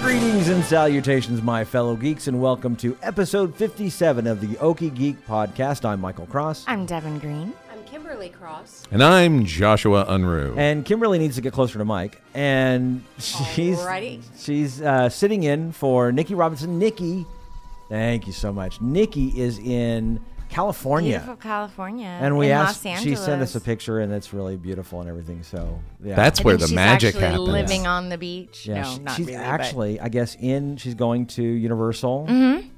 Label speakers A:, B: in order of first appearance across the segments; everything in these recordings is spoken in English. A: and salutations, my fellow geeks, and welcome to episode 57 of the Okie Geek Podcast. I'm Michael Cross.
B: I'm Devin Green.
C: I'm Kimberly Cross.
D: And I'm Joshua Unruh.
A: And Kimberly needs to get closer to Mike, and she's
C: Alrighty.
A: she's uh, sitting in for Nikki Robinson. Nikki, thank you so much. Nikki is in California,
B: Beautiful California.
A: and we
B: in
A: asked.
B: Los
A: She sent us a
B: Angeles.
A: picture, and it's really beautiful and everything. So yeah,
D: That's
B: I
D: where
B: think
D: the
B: she's
D: magic
B: actually
D: happens.
B: living on the beach.
A: yeah.
B: no,
A: she-
B: not
A: she's
B: really, but
A: actually, I guess, in. She's going to Universal.
B: Mm-hmm.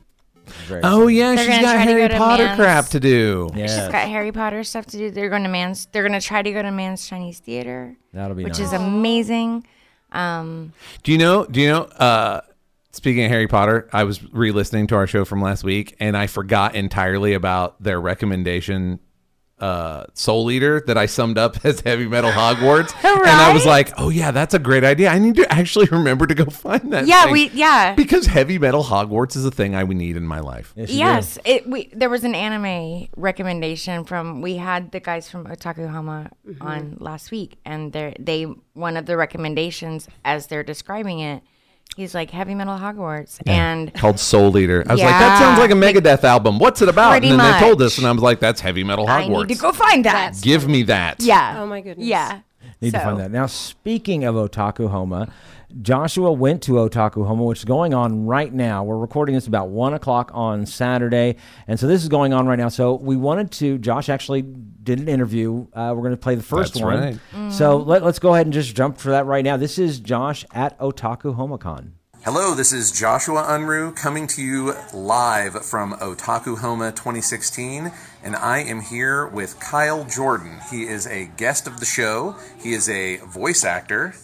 A: Very
D: Oh yeah,
B: They're
D: she's
B: gonna
D: got
B: try to
D: Harry
B: go to
D: Potter
B: Man's-
D: crap to do.
B: She's
A: Yes.
B: got Harry Potter stuff to do. They're going to man's. They're going to try to go to Man's Chinese Theater,
A: That'll be
B: which
A: nice.
B: is amazing. Um,
D: Do you know? Do you know? Uh, speaking of Harry Potter, I was re-listening to our show from last week, and I forgot entirely about their recommendation. Uh, Soul Eater that I summed up as Heavy Metal Hogwarts, and I was
B: Right?
D: like, "Oh yeah, that's a great idea. I need to actually remember to go find that."
B: Yeah,
D: thing."
B: we- yeah.
D: because Heavy Metal Hogwarts is a thing I would need in my life.
A: Yes, you do.
B: yes, it. We there was an anime recommendation from we had the guys from Otaku Hama
A: Mm-hmm.
B: on last week, and they they one of the recommendations as they're describing it, he's like Heavy Metal Hogwarts, and
D: Called Soul Eater. I was like, that sounds
B: Yeah.
D: like a Megadeth album. What's it about?
B: Pretty
D: And then
B: much.
D: they told us, and I was like, that's Heavy Metal Hogwarts.
B: I need to go find that.
D: Give me that.
B: yeah.
C: Oh my goodness.
B: Yeah.
A: Need to
B: So-
A: find that. Now, speaking of Otaku Homa, Joshua went to Otaku Homa, which is going on right now. We're recording this about one o'clock on Saturday, and so this is going on right now. So we wanted to. Josh actually did an interview. Uh, we're going to play the first
D: That's
A: one.
D: right.
A: So let, us go ahead and just jump for that right now. This is Josh at Otaku HomaCon.
E: Hello, this is Joshua Unruh coming to you live from Otaku Homa 2016, and I am here with Kyle Jordan. He is a guest of the show, he is a voice actor.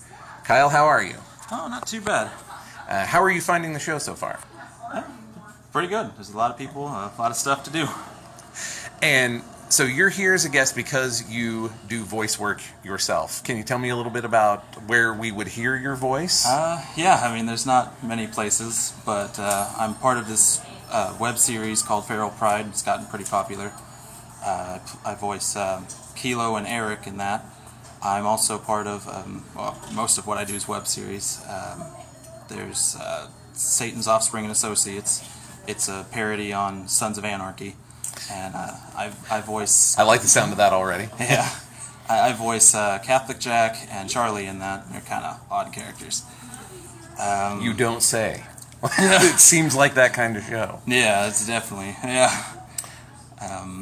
E: Kyle, how are you?
F: Oh, not too bad.
E: Uh, how are you finding the show so far?
F: Pretty good. There's a lot of people, uh, a lot of stuff to do.
E: And so you're here as a guest because you do voice work yourself. Can you tell me a little bit about where we would hear your voice?
F: Uh, yeah, I mean, there's not many places, but uh, I'm part of this uh, web series called Feral Pride. It's gotten pretty popular. Uh, I voice um Kilo and Eric in that. I'm also part of, um, well, most of what I do is web series. Um, there's uh, Satan's Offspring and Associates. It's a parody on Sons of Anarchy. And uh, I, I voice
E: I like the sound of that already.
F: Yeah. I, I voice uh, Catholic Jack and Charlie in that. They're kind of odd characters.
E: You don't say. it seems like that kind of show.
F: Yeah, it's definitely. Yeah. Um,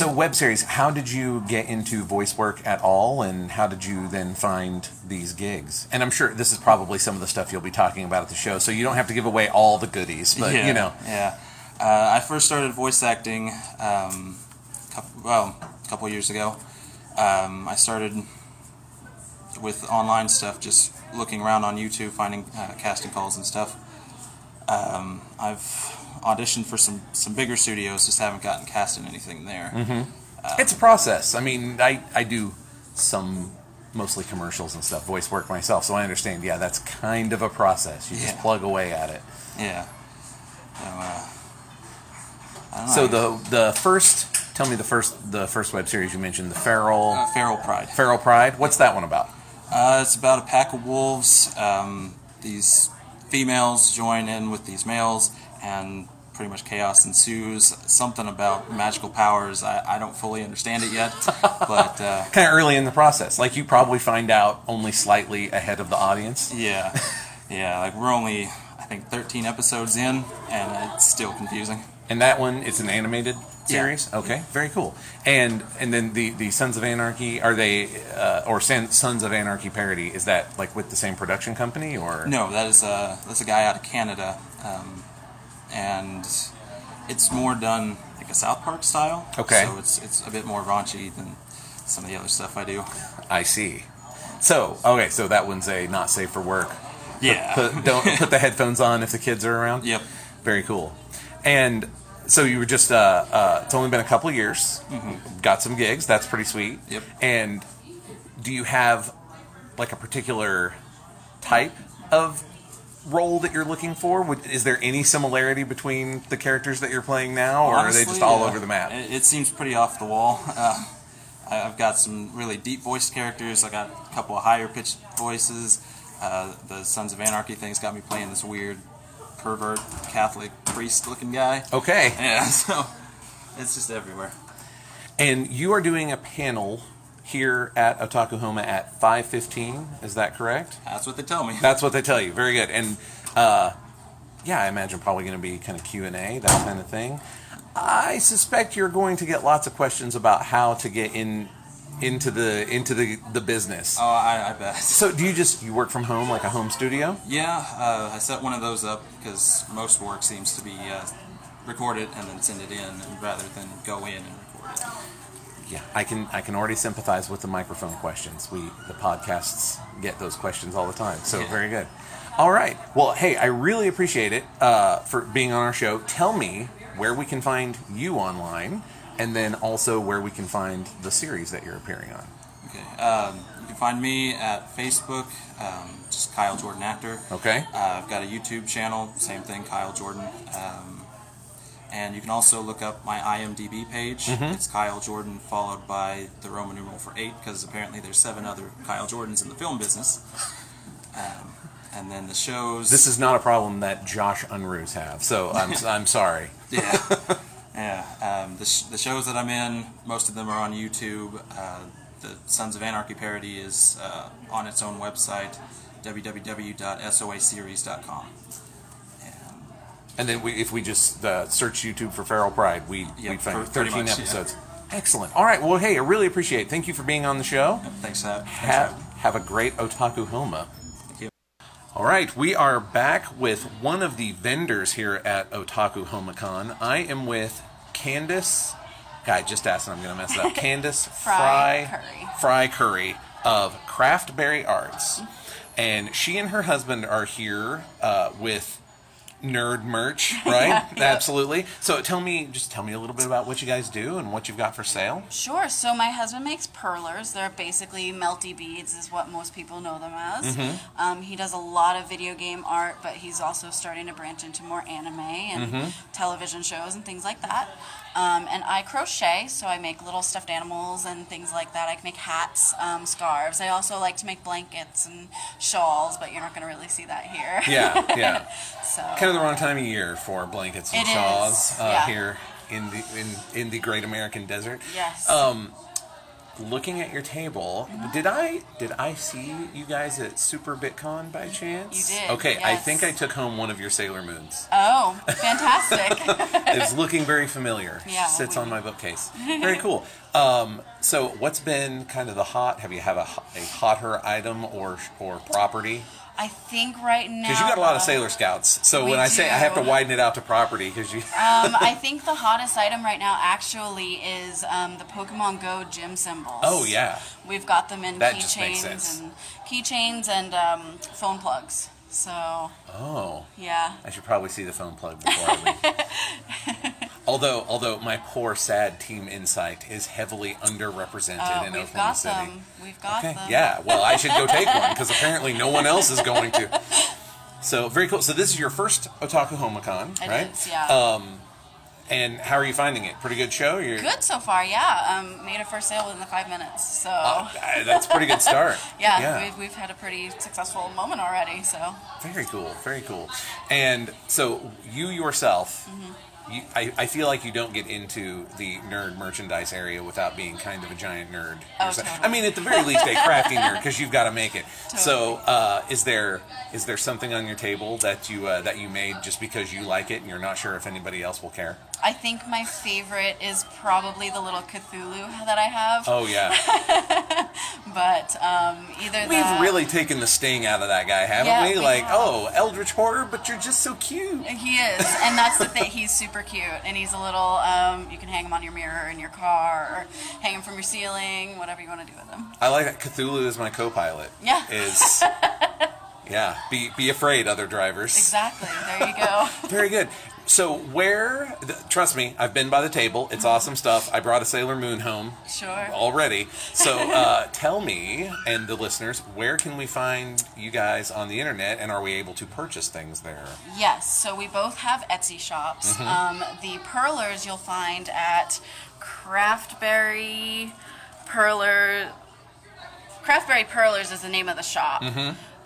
E: So web series, how did you get into voice work at all and how did you then find these gigs? And I'm sure this is probably some of the stuff you'll be talking about at the show, so you don't have to give away all the goodies, but
F: yeah,
E: you know.
F: Yeah. Uh, I first started voice acting, um, couple, well, a couple years ago. Um, I started with online stuff, just looking around on YouTube, finding uh, casting calls and stuff. Um, I've auditioned for some, some bigger studios, just haven't gotten cast in anything
E: Mm-hmm.
F: there.
E: It's a process. I mean, I I do some mostly commercials and stuff, voice work myself, so I understand. Yeah, that's kind of a process. You just
F: Yeah.
E: plug away at it.
F: Yeah. So, uh, I don't know.
E: So the the first tell me the first the first web series you mentioned, the Feral
F: uh, feral pride.
E: Feral Pride. What's that one about?
F: Uh, it's about a pack of wolves. Um, these females join in with these males, and pretty much chaos ensues. Something about magical powers. I, I don't fully understand it yet, but uh,
E: Kind of early in the process. Like you probably find out only slightly ahead of the audience.
F: yeah, yeah. Like we're only I think 13 episodes in, and it's still confusing.
E: And that one, it's an animated
F: Yeah.
E: series. Okay, very cool. And and then the the Sons of Anarchy are they uh, or San, Sons of Anarchy parody is that like with the same production company or
F: No, that is a that's a guy out of Canada, um, and it's more done like a South Park style.
E: Okay.
F: So it's it's a bit more raunchy than some of the other stuff I do.
E: I see. So okay, so that one's a not safe for work.
F: Yeah.
E: Put, don't put the headphones on if the kids are around.
F: yep.
E: Very cool. And so you were just uh, uh, it's only been a couple of years. Got some gigs. That's pretty sweet.
F: Mm-hmm. Yep.
E: And do you have like a particular type of role that you're looking for? Would, is there any similarity between the characters that you're playing now, or are they just
F: Honestly,
E: all
F: uh,
E: over the map?
F: It, it seems pretty off the wall. Uh, I- I've got some really deep voiced characters. I got a couple of higher pitched voices. Uh, the Sons of Anarchy thing's got me playing this weird pervert Catholic priest looking guy.
E: Okay.
F: Yeah, so it's just everywhere.
E: And you are doing a panel here at Otakuhoma at 5:15. Is that correct?
F: That's what they tell me.
E: That's what they tell you. Very good. And uh, yeah, I imagine probably going to be kind of Q and A, that kind of thing. I suspect you're going to get lots of questions about how to get in into the into the the business.
F: Oh, I, I bet.
E: So do you just you work from home like a home studio?
F: Yeah, uh, I set one of those up because most work seems to be uh, recorded and then send it in rather than go in and record it.
E: Yeah, I can I can already sympathize with the microphone questions. We the podcasts get those questions all the time. So very good. All right. Well, hey, I really appreciate it uh, for being on our show. Tell me where we can find you online, and then also where we can find the series that you're appearing on.
F: Okay. Um, you can find me at Facebook, um, just Kyle Jordan Actor.
E: Okay.
F: Uh, I've got a YouTube channel, same thing, Kyle Jordan. Um, and you can also look up my IMDb page. It's Kyle Jordan followed by the Roman numeral for eight, because apparently there's seven other Kyle Jordans in the film business. Um, and then the shows.
E: This is not a problem that Josh Unruhs have, so I'm I'm sorry.
F: yeah, yeah. Um, the, sh- the shows that I'm in, most of them are on YouTube. Uh, the Sons of Anarchy parody is uh, on its own website, www.soaseries.com.
E: And then we, if we just uh, search YouTube for Feral Pride, we
F: Yeah,
E: we find
F: for- pretty
E: 13
F: much, yeah.
E: episodes. Excellent. All right. Well, hey, I really appreciate it. Thank you for being on the show.
F: Thanks, uh,
E: Have,
F: thanks for having me.
E: have a great otaku homa.
F: Thank you.
E: All right, we are back with one of the vendors here at Otaku Homicon. I am with Candace. God, just asked and I'm going to mess it up. Candace Fry,
C: Fry
E: Fry Curry of Craftberry Arts. And she and her husband are here uh, with nerd merch, right? Absolutely. So tell me, just tell me a little bit about what you guys do and what you've got for sale.
C: Sure. So my husband makes perlers. They're basically melty beads, is what most people know them as.
E: Mm-hmm.
C: Um, he does a lot of video game art, but he's also starting to branch into more anime and
E: Mm-hmm.
C: television shows and things like that. Um, and I crochet, so I make little stuffed animals and things like that. I can make hats, um, scarves. I also like to make blankets and shawls, but you're not going to really see that here.
E: Yeah, yeah.
C: so
E: kind of the wrong time of year for blankets and
C: It
E: shawls
C: is,
E: uh,
C: yeah.
E: here in the in, in the great American desert.
C: yes. Mm-hmm.
E: Um, looking at your table, did I did I see you guys at Super BitCon by chance?
C: You did,
E: Okay, I
C: yes.
E: think I took home one of your Sailor Moons.
C: oh, fantastic.
E: it's looking very familiar.
C: Yeah,
E: sits
C: we-
E: on my bookcase. Very cool. Um, so, what's been kind of the hot? Have you have a, ho- a hotter item or or property?
C: I think right now.
E: Because you got a lot
C: uh,
E: of Sailor Scouts. So
C: we
E: when I say I have to
C: do.
E: widen it out to property, because you.
C: Um, I think the hottest item right now actually is um, the Pokemon Go gym symbols.
E: Oh yeah.
C: we've got them in
E: That just makes
C: keychains
E: sense.
C: and keychains and um, phone plugs. So
E: Oh,
C: yeah,
E: I should probably see the phone plug before I leave. although, although my poor sad team insight is heavily underrepresented
C: Uh,
E: in
C: we've
E: Oklahoma
C: got
E: City.
C: them. We've got
E: Okay.
C: them.
E: Yeah. Well, I should go take one because apparently no one else is going to. So very cool. So this is your first Otaku Homicon,
C: It
E: right?
C: is, yeah.
E: Um, and how are you finding it? Pretty good show. You're,
C: Good so far, yeah. Um, made a first sale within the five minutes, so
E: Uh, that's a pretty good start.
C: yeah, We've, we've had a pretty successful moment already. So
E: Very cool, very cool. And so you yourself,
C: Mm-hmm.
E: you, I, I feel like you don't get into the nerd merchandise area without being kind of a giant nerd.
C: Oh,
E: yourself.
C: totally.
E: I mean, at the very least, a crafty nerd because you've got to make it. So, uh, is there is there something on your table that you uh, that you made just because you like it and you're not sure if anybody else will care?
C: I think my favorite is probably the little Cthulhu that I have,
E: Oh yeah,
C: but um, either
E: we've
C: that-
E: really taken the sting out of that guy, haven't
C: Yeah,
E: we?
C: we
E: Like,
C: have.
E: oh, Eldritch Porter, but you're just so cute.
C: He is, and that's the thing. He's super cute, and he's a little. Um, you can hang him on your mirror in your car, or hang him from your ceiling, whatever you want to do with him.
E: I like that Cthulhu is my co-pilot.
C: Yeah.
E: Is yeah. Be be afraid, other drivers.
C: Exactly. There you go.
E: Very good. So where? Th- trust me, I've been by the table. It's
C: Uh-huh.
E: awesome stuff. I brought a Sailor Moon home
C: Sure.
E: already. So uh, tell me and the listeners, where can we find you guys on the internet, and are we able to purchase things there?
C: Yes. So we both have Etsy shops. Um, the perlers you'll find at Craftberry Perler. Craftberry Perlers is the name of the shop.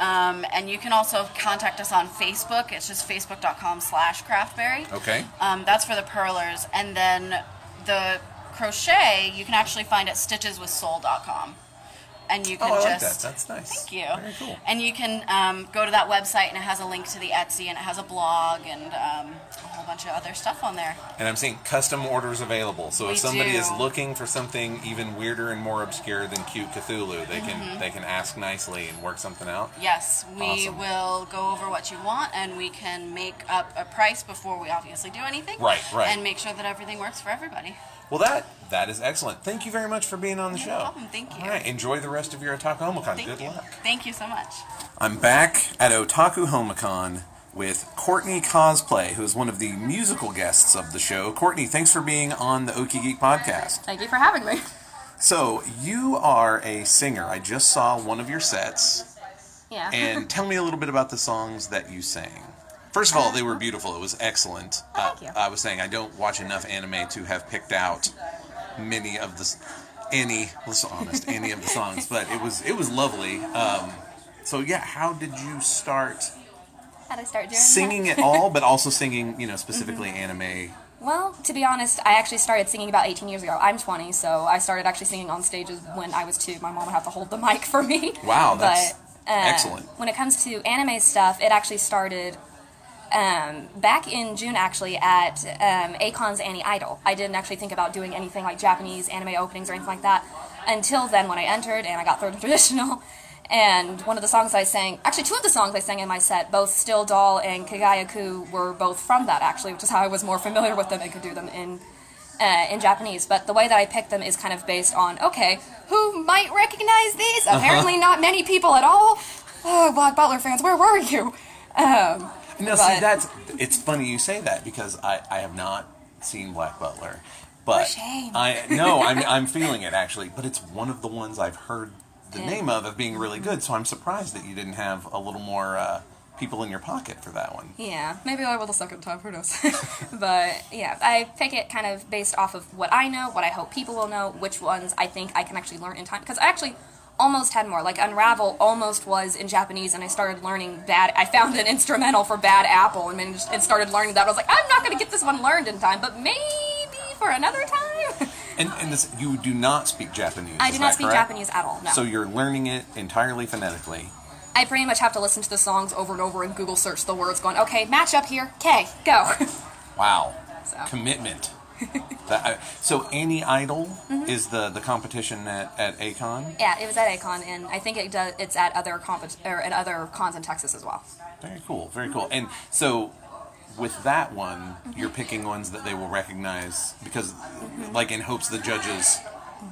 C: Um, and you can also contact us on Facebook. It's just facebook.com slash craftberry.
E: Okay.
C: Um, that's for the purlers. And then the crochet, you can actually find at stitcheswithsoul.com. And you can
E: Oh, I like
C: just.
E: that. That's nice.
C: Thank you.
E: Very cool.
C: And you can um, go to that website, and it has a link to the Etsy, and it has a blog, and um, a whole bunch of other stuff on there.
E: And I'm seeing custom orders available. So
C: We
E: if somebody
C: do.
E: is looking for something even weirder and more obscure than cute Cthulhu, they can
C: Mm-hmm.
E: they can ask nicely and work something out.
C: Yes, we
E: Awesome.
C: will go over what you want, and we can make up a price before we obviously do anything.
E: Right, right.
C: And make sure that everything works for everybody.
E: Well, that that is excellent. Thank you very much for being on the
C: No
E: show.
C: problem. Thank you.
E: All right. Enjoy the rest of your Otaku Homicon.
C: Thank
E: Good
C: you.
E: luck.
C: Thank you so much.
E: I'm back at Otaku Homicon with Courtney Cosplay, who is one of the musical guests of the show. Courtney, thanks for being on the Okie Geek podcast.
G: Thank you for having me.
E: So you are a singer. I just saw one of your sets,
G: Yeah.
E: and tell me a little bit about the songs that you sang. First of all, they were beautiful. It was excellent.
G: Uh-huh.
E: Uh,
G: Oh, thank you.
E: I was saying I don't watch enough anime to have picked out many of the s- any. Let's be honest, any of the songs, but it was it was lovely. Um, so yeah, how did you start
G: How'd I start doing
E: singing
G: that?
E: at all, but also singing, you know, specifically
G: Mm-hmm.
E: anime?
G: Well, to be honest, I actually started singing about 18 years ago. I'm 20, so I started actually singing on stages when I was two. My mom would have to hold the mic for me.
E: Wow, that's
G: but, uh,
E: excellent.
G: When it comes to anime stuff, it actually started um, back in June, actually, at um, Akon's Annie Idol. I didn't actually think about doing anything like Japanese anime openings or anything like that until then when I entered and I got third and traditional. And one of the songs I sang, actually, two of the songs I sang in my set, both Still Doll and Kagayaku, were both from that, actually, which is how I was more familiar with them and could do them in uh, in Japanese, but the way that I picked them is kind of based on okay, who might recognize these? Apparently, not many people at all. Oh, Black Butler fans, where were you? Um,
E: No, see,
G: but-
E: that's it's funny you say that because I, I have not seen Black Butler, but
G: shame.
E: I no, I'm I'm feeling it actually, but it's one of the ones I've heard the name of of being
G: Mm-hmm.
E: really good. So I'm surprised that you didn't have a little more uh, people in your pocket for that one.
G: Yeah, maybe I will the second time. Who knows? but yeah, I pick it kind of based off of what I know, what I hope people will know, which ones I think I can actually learn in time. Because I actually almost had more. Like Unravel almost was in Japanese, and I started learning bad. I found an instrumental for Bad Apple and, managed, and started learning that. I was like, I'm not going to get this one learned in time, but maybe for another time.
E: And and this, you do not speak Japanese.
G: I
E: is
G: do
E: that
G: not speak
E: correct?
G: Japanese at all. No.
E: So you're learning it entirely phonetically.
G: I pretty much have to listen to the songs over and over and Google search the words, going, okay, match up here. K, go.
E: Wow,
G: So.
E: commitment. That- I- so Annie Idol
G: Mm-hmm.
E: is the the competition at at Acon.
G: Yeah, it was at Akon, and I think it does. It's at other comp- or at other cons in Texas as well.
E: Very cool, very cool. And so with that one, you're picking ones that they will recognize because like in hopes the judges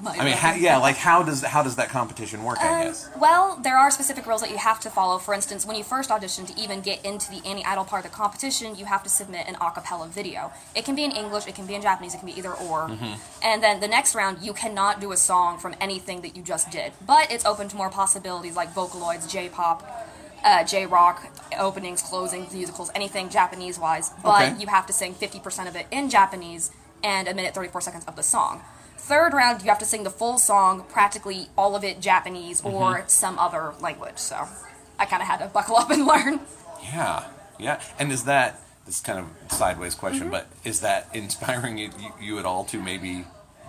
E: I mean, how, yeah, like how does how does that competition work, I guess?
G: Well, there are specific rules that you have to follow. For instance, when you first audition to even get into the Annie Idol part of the competition, you have to submit an a cappella video. It can be in English, it can be in Japanese, it can be either or.
E: Mm-hmm.
G: And then the next round, you cannot do a song from anything that you just did. But it's open to more possibilities like Vocaloids, J pop, uh, J rock, openings, closings, musicals, anything Japanese wise. But
E: Okay.
G: you have to sing 50% of it in Japanese and a minute 34 seconds of the song. Third round, you have to sing the full song, practically all of it Japanese or some other language. So I kind of had to buckle up and learn.
E: Yeah. Yeah. And is that this is kind of a sideways question, but is that inspiring you, you, you at all to maybe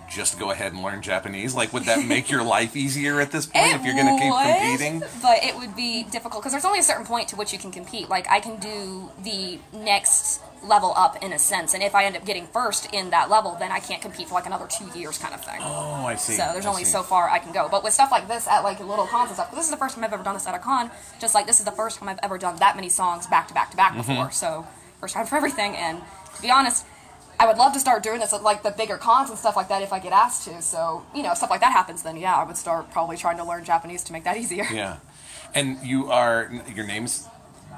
E: just go ahead and learn Japanese? Like would that make your life easier at this point
G: It
E: if you're going to keep
G: would,
E: competing?
G: But it would be difficult because there's only a certain point to which you can compete. Like I can do the next level up in a sense, and if I end up getting first in that level, then I can't compete for like another two years, kind of thing.
E: Oh, I see.
G: So there's
E: I
G: only
E: see.
G: so far I can go. But with stuff like this at like little cons and stuff, 'cause this is the first time I've ever done this at a con. Just like this is the first time I've ever done that many songs back to back to back
E: Mm-hmm.
G: before. So first time for everything. And to be honest, I would love to start doing this at like the bigger cons and stuff like that if I get asked to. So you know, if stuff like that happens, then yeah, I would start probably trying to learn Japanese to make that easier.
E: Yeah. And you are your name's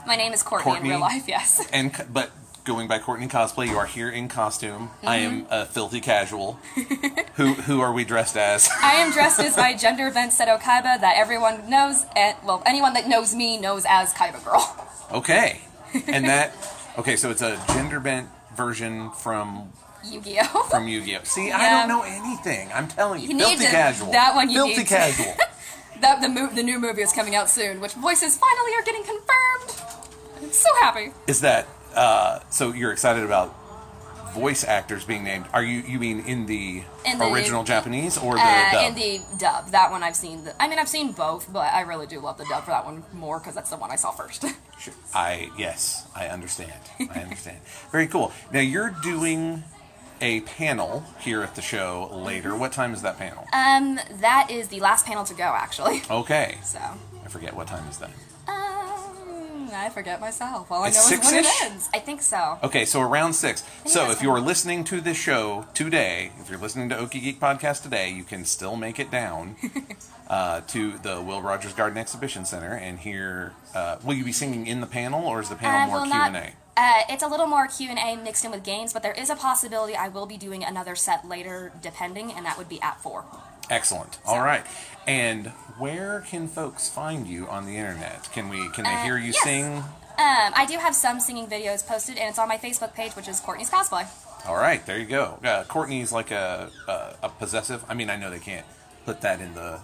G: My name is Courtney,
E: Courtney?
G: in real life. Yes.
E: and co- but going by Courtney cosplay, you are here in costume. I
G: Mm-hmm.
E: am a filthy casual. who who are we dressed as?
G: I am dressed as my gender bent Seto Kaiba that everyone knows, and well, anyone that knows me knows as Kaiba Girl.
E: Okay, and that okay. So it's a gender bent version from
G: Yu-Gi-Oh.
E: from Yu Gi Oh. See, I
G: Yeah.
E: don't know anything. I'm telling you,
G: You need
E: filthy
G: to-
E: casual.
G: that one you
E: filthy
G: need to-
E: casual.
G: the, the, mo- the new movie is coming out soon, which voices finally are getting confirmed. I'm so happy.
E: Is that uh, so? You're excited about voice actors being named? Are you you mean in the
G: In the-
E: original Japanese or the
G: Uh,
E: dub?
G: and the dub, that one I've seen. The, I mean, I've seen both, but I really do love the dub for that one more because that's the one I saw first.
E: Sure. I yes, I understand. I understand. Very cool. Now you're doing a panel here at the show later.
G: Mm-hmm.
E: What time is that panel?
G: um, that is the last panel to go, actually.
E: okay.
G: So,
E: I forget what time is that.
G: um, I forget myself. All I
E: It's
G: know is when it
E: six-ish?
G: ends. I think so.
E: Okay, so around six. So
G: that's
E: if you are listening to this show today, if you're listening to Okie Geek Podcast today, you can still make it down uh, to the Will Rogers Garden Exhibition Center and hear. Uh, will you be singing in the panel, or is the panel
G: Uh,
E: more
G: well,
E: Q
G: not-
E: and A?
G: Uh, it's a little more Q and A mixed in with games, but there is a possibility I will be doing another set later, depending, and that would be at four.
E: Excellent. All right. And where can folks find you on the internet? Can we? Can they
G: Uh,
E: hear you
G: yes.
E: sing?
G: Um, I do have some singing videos posted, and it's on my Facebook page, which is Courtney's Cosplay.
E: All right, there you go. Uh, Courtney's like a, a a possessive. I mean, I know they can't put that in the,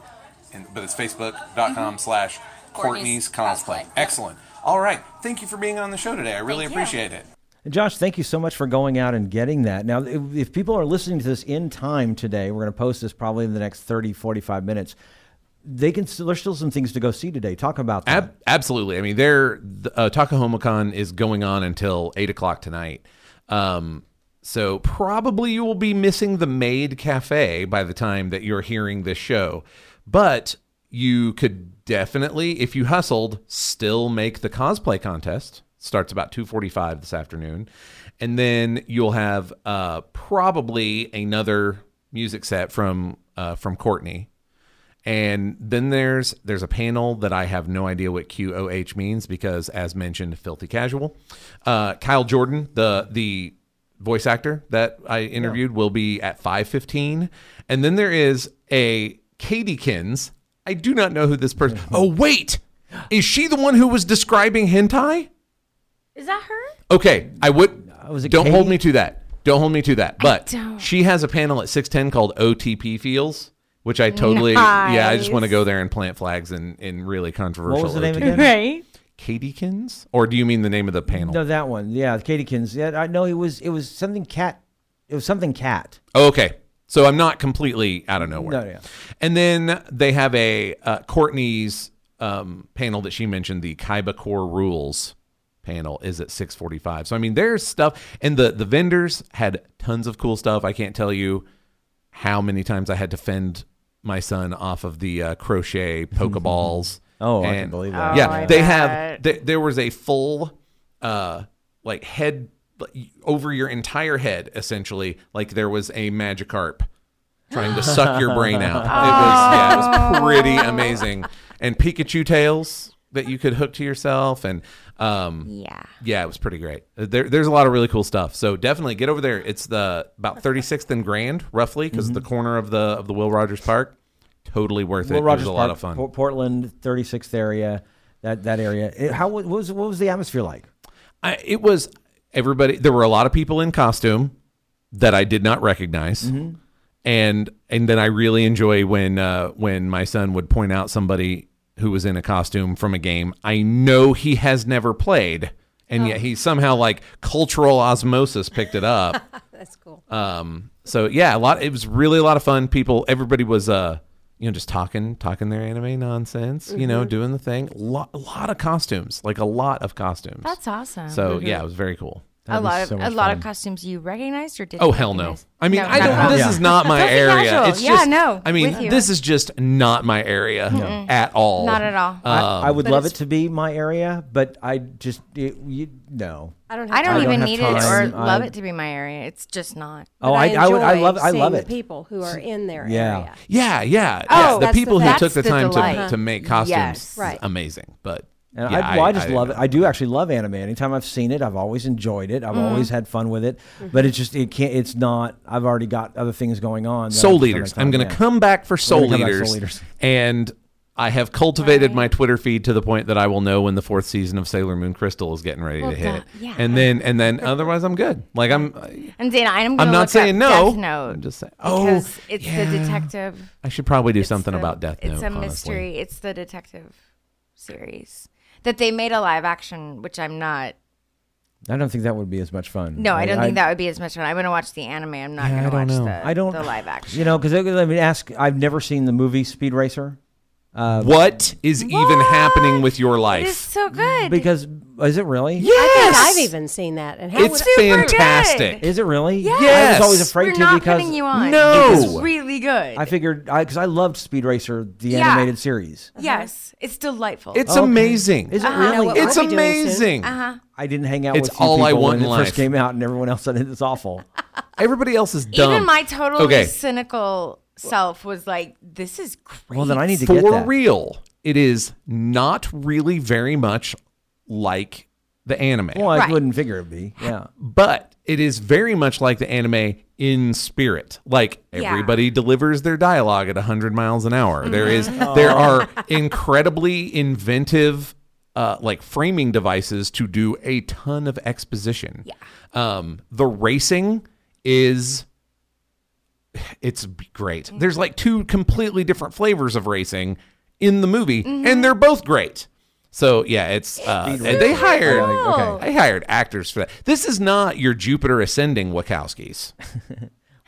E: in, but it's facebook.com slash Courtney's
G: Mm-hmm. Courtney's
E: cosplay.
G: Cosplay.
E: Excellent. All right, thank you for being on the show today. I really
G: Thank you.
E: appreciate it.
A: Josh, thank you so much for going out and getting that. Now, if, if people are listening to this in time today, we're going to post this probably in the next 30, 45 minutes. They can still, there's still some things to go see today. Talk about that.
D: Ab- absolutely. I mean, there the, uh, TakahomaCon is going on until eight o'clock tonight. Um, so probably you will be missing the Maid Cafe by the time that you're hearing this show, but you could definitely, if you hustled, still make the cosplay contest. Starts about two forty-five this afternoon, and then you'll have uh, probably another music set from uh, from Courtney and then there's there's a panel that I have no idea what QOH means because, as mentioned, filthy casual. Uh, Kyle Jordan, the the voice actor that I interviewed, will be at five fifteen. And then there is a Katie Kins. I do not know who this person. Oh wait, is she the one who was describing hentai?
B: Is that her?
D: Okay, I would.
A: was it
D: don't hold
A: Katie?
D: me to that. Don't hold me to that. But
B: don't.
D: she has a panel at six ten called OTP Feels, which I totally. Yeah, I just want to
B: Nice.
D: go there and plant flags in in really controversial.
A: What was the name
D: OTP.
A: again?
B: Right.
D: Katiekins? or do you mean the name of the panel?
A: No, that one. Yeah, Katykins. Yeah, I know it was it was something cat. It was something cat.
D: Oh, okay. So I'm not completely out of nowhere.
A: No, yeah.
D: And then they have a uh, Courtney's um, panel that she mentioned, the Kaiba Core Rules panel is at 6:45. So I mean, there's stuff, and the the vendors had tons of cool stuff. I can't tell you how many times I had to fend my son off of the uh, crochet pokeballs.
A: Oh, I can believe that.
D: Yeah,
B: I
D: they have.
B: bet.
D: Th- there was a full, uh, like head like, over your entire head, essentially. Like there was a Magikarp trying to suck your brain out. It was yeah, it was pretty amazing. And Pikachu tails that you could hook to yourself, and um,
B: Yeah.
D: yeah, it was pretty great. There, there's a lot of really cool stuff. So definitely get over there. It's the about 36th and Grand, roughly, because
A: Mm-hmm.
D: the corner of the of the Will Rogers Park. Totally worth it.
A: Well,
D: it
A: Rogers
D: was a
A: Park,
D: lot of fun.
A: Por- Portland, 36th area, that that area. It- how what was what was the atmosphere like?
D: I, it was everybody. There were a lot of people in costume that I did not recognize,
H: Mm-hmm.
D: and and then I really enjoy when uh, when my son would point out somebody who was in a costume from a game I know he has never played, and
H: Oh.
D: yet he somehow like cultural osmosis picked it up.
H: That's cool.
D: Um, so yeah, a lot. It was really a lot of fun. People, everybody was uh, you know, just talking, talking their anime nonsense. You
B: Mm-hmm.
D: know, doing the thing. Lot, a lot of costumes, like a lot of costumes.
B: That's awesome. Mm-hmm.
D: So yeah, it was very cool.
B: a
A: is
B: lot of
A: so
B: a
A: much
B: lot
A: fun.
B: of costumes you recognized or did?
D: Oh hell no! I mean, I
B: not at
D: don't.
B: all.
D: This
A: Yeah.
D: is not my
B: Filthy
D: area.
B: casual.
D: It's
B: Yeah,
D: just,
B: no,
D: I mean,
B: with you.
D: this is just not my area at all. Uh,
B: Not at all.
A: I, I would
H: Um, But
A: love it
H: it's-
A: to be my area, but I just it, you no.
H: I don't. Have
B: I don't
H: time.
B: even
A: have
B: need
A: time.
B: it or love
A: I-
B: it to be my area. It's just not.
A: Oh,
H: But
A: I, I would I
H: enjoy
A: love I love
H: seeing
A: it.
H: The people who are in their
A: Yeah.
H: area.
D: Yeah, yeah,
B: Oh,
D: yeah. The
H: that's
D: people
H: the-
D: who
H: that's
D: took the
B: the
D: time to,
B: delight.
D: to make costumes,
B: Yes.
H: Right.
D: amazing. But
A: And
D: yeah,
A: I, well, I just
D: didn't
A: love it.
D: know.
A: I do actually love anime. Anytime I've seen it, I've always enjoyed it.
B: Mm-hmm.
A: I've always had fun with it. But it's just it can't. It's not. I've already got other things going on. that I
D: Soul
A: just don't have
D: Leaders.
A: time,
D: I'm going
A: yeah.
D: to come back for
A: gonna
D: Soul
A: come back to
D: Leaders,
A: Soul Leaders.
D: and I have cultivated my Twitter feed to the point that I will know when the fourth season of Sailor Moon Crystal is getting ready to hit.
B: duh, yeah.
D: And then and then otherwise I'm good. Like I'm
B: And then I'm. Gonna
D: I'm
B: look
D: not saying
B: up
D: no.
B: Death Note
D: I'm just saying oh
B: because it's
D: yeah.
B: the detective.
D: I should probably do
B: it's
D: something
B: the-
D: about Death Note.
B: It's a
D: honestly.
B: mystery. It's the detective series that they made a live action, which I'm not.
A: I don't think that would be as much fun.
B: No, I don't think that would be as much fun. I'm gonna watch the anime. I'm not
D: I
B: gonna
D: don't
B: watch
D: know.
B: the
A: I don't.
B: the live action.
A: You know, because let me ask. I've never seen the movie Speed Racer.
D: What is even happening with your
B: It is
D: life?
B: so good.
A: Because is it really?
D: Yes.
H: I've even seen that. And how
D: it's
H: would I-
B: Super
D: fantastic.
A: Is it really? I
D: Yes.
A: was always afraid
B: We're
A: to
B: not
A: because
B: putting you on.
D: No.
B: it's really good.
A: I figured I because I loved Speed Racer the
B: Yeah.
A: animated series.
B: yes, it's delightful.
D: It's
A: Okay.
D: amazing.
A: Is it
B: Uh-huh.
H: I know
A: really?
H: what
D: it's
H: I'll be doing soon.
D: amazing.
A: I didn't hang out
D: It's
A: with you
D: all I
A: people
D: want
A: when
D: in
A: it
D: life.
A: first came out, and everyone else said it's awful.
D: Everybody else is dumb.
B: Even my totally
D: Okay.
B: cynical self was like, "This is great."
A: well, then I need to get
D: for
A: that.
D: real, it is not really very much like the anime,
A: Well, I
B: Right.
A: wouldn't figure it'd be. Yeah.
D: but it is very much like the anime in spirit. Like everybody delivers their dialogue at 100 miles an hour. There is there are incredibly inventive uh, like framing devices to do a ton of exposition. Yeah. Um, the racing is it's b- great. There's like two completely different flavors of racing in the movie, and they're both great. So yeah, it's uh,
A: Speed
D: they
A: racing.
D: hired
A: Okay, okay.
D: I hired actors for that. This is not your Jupiter ascending Wachowskis.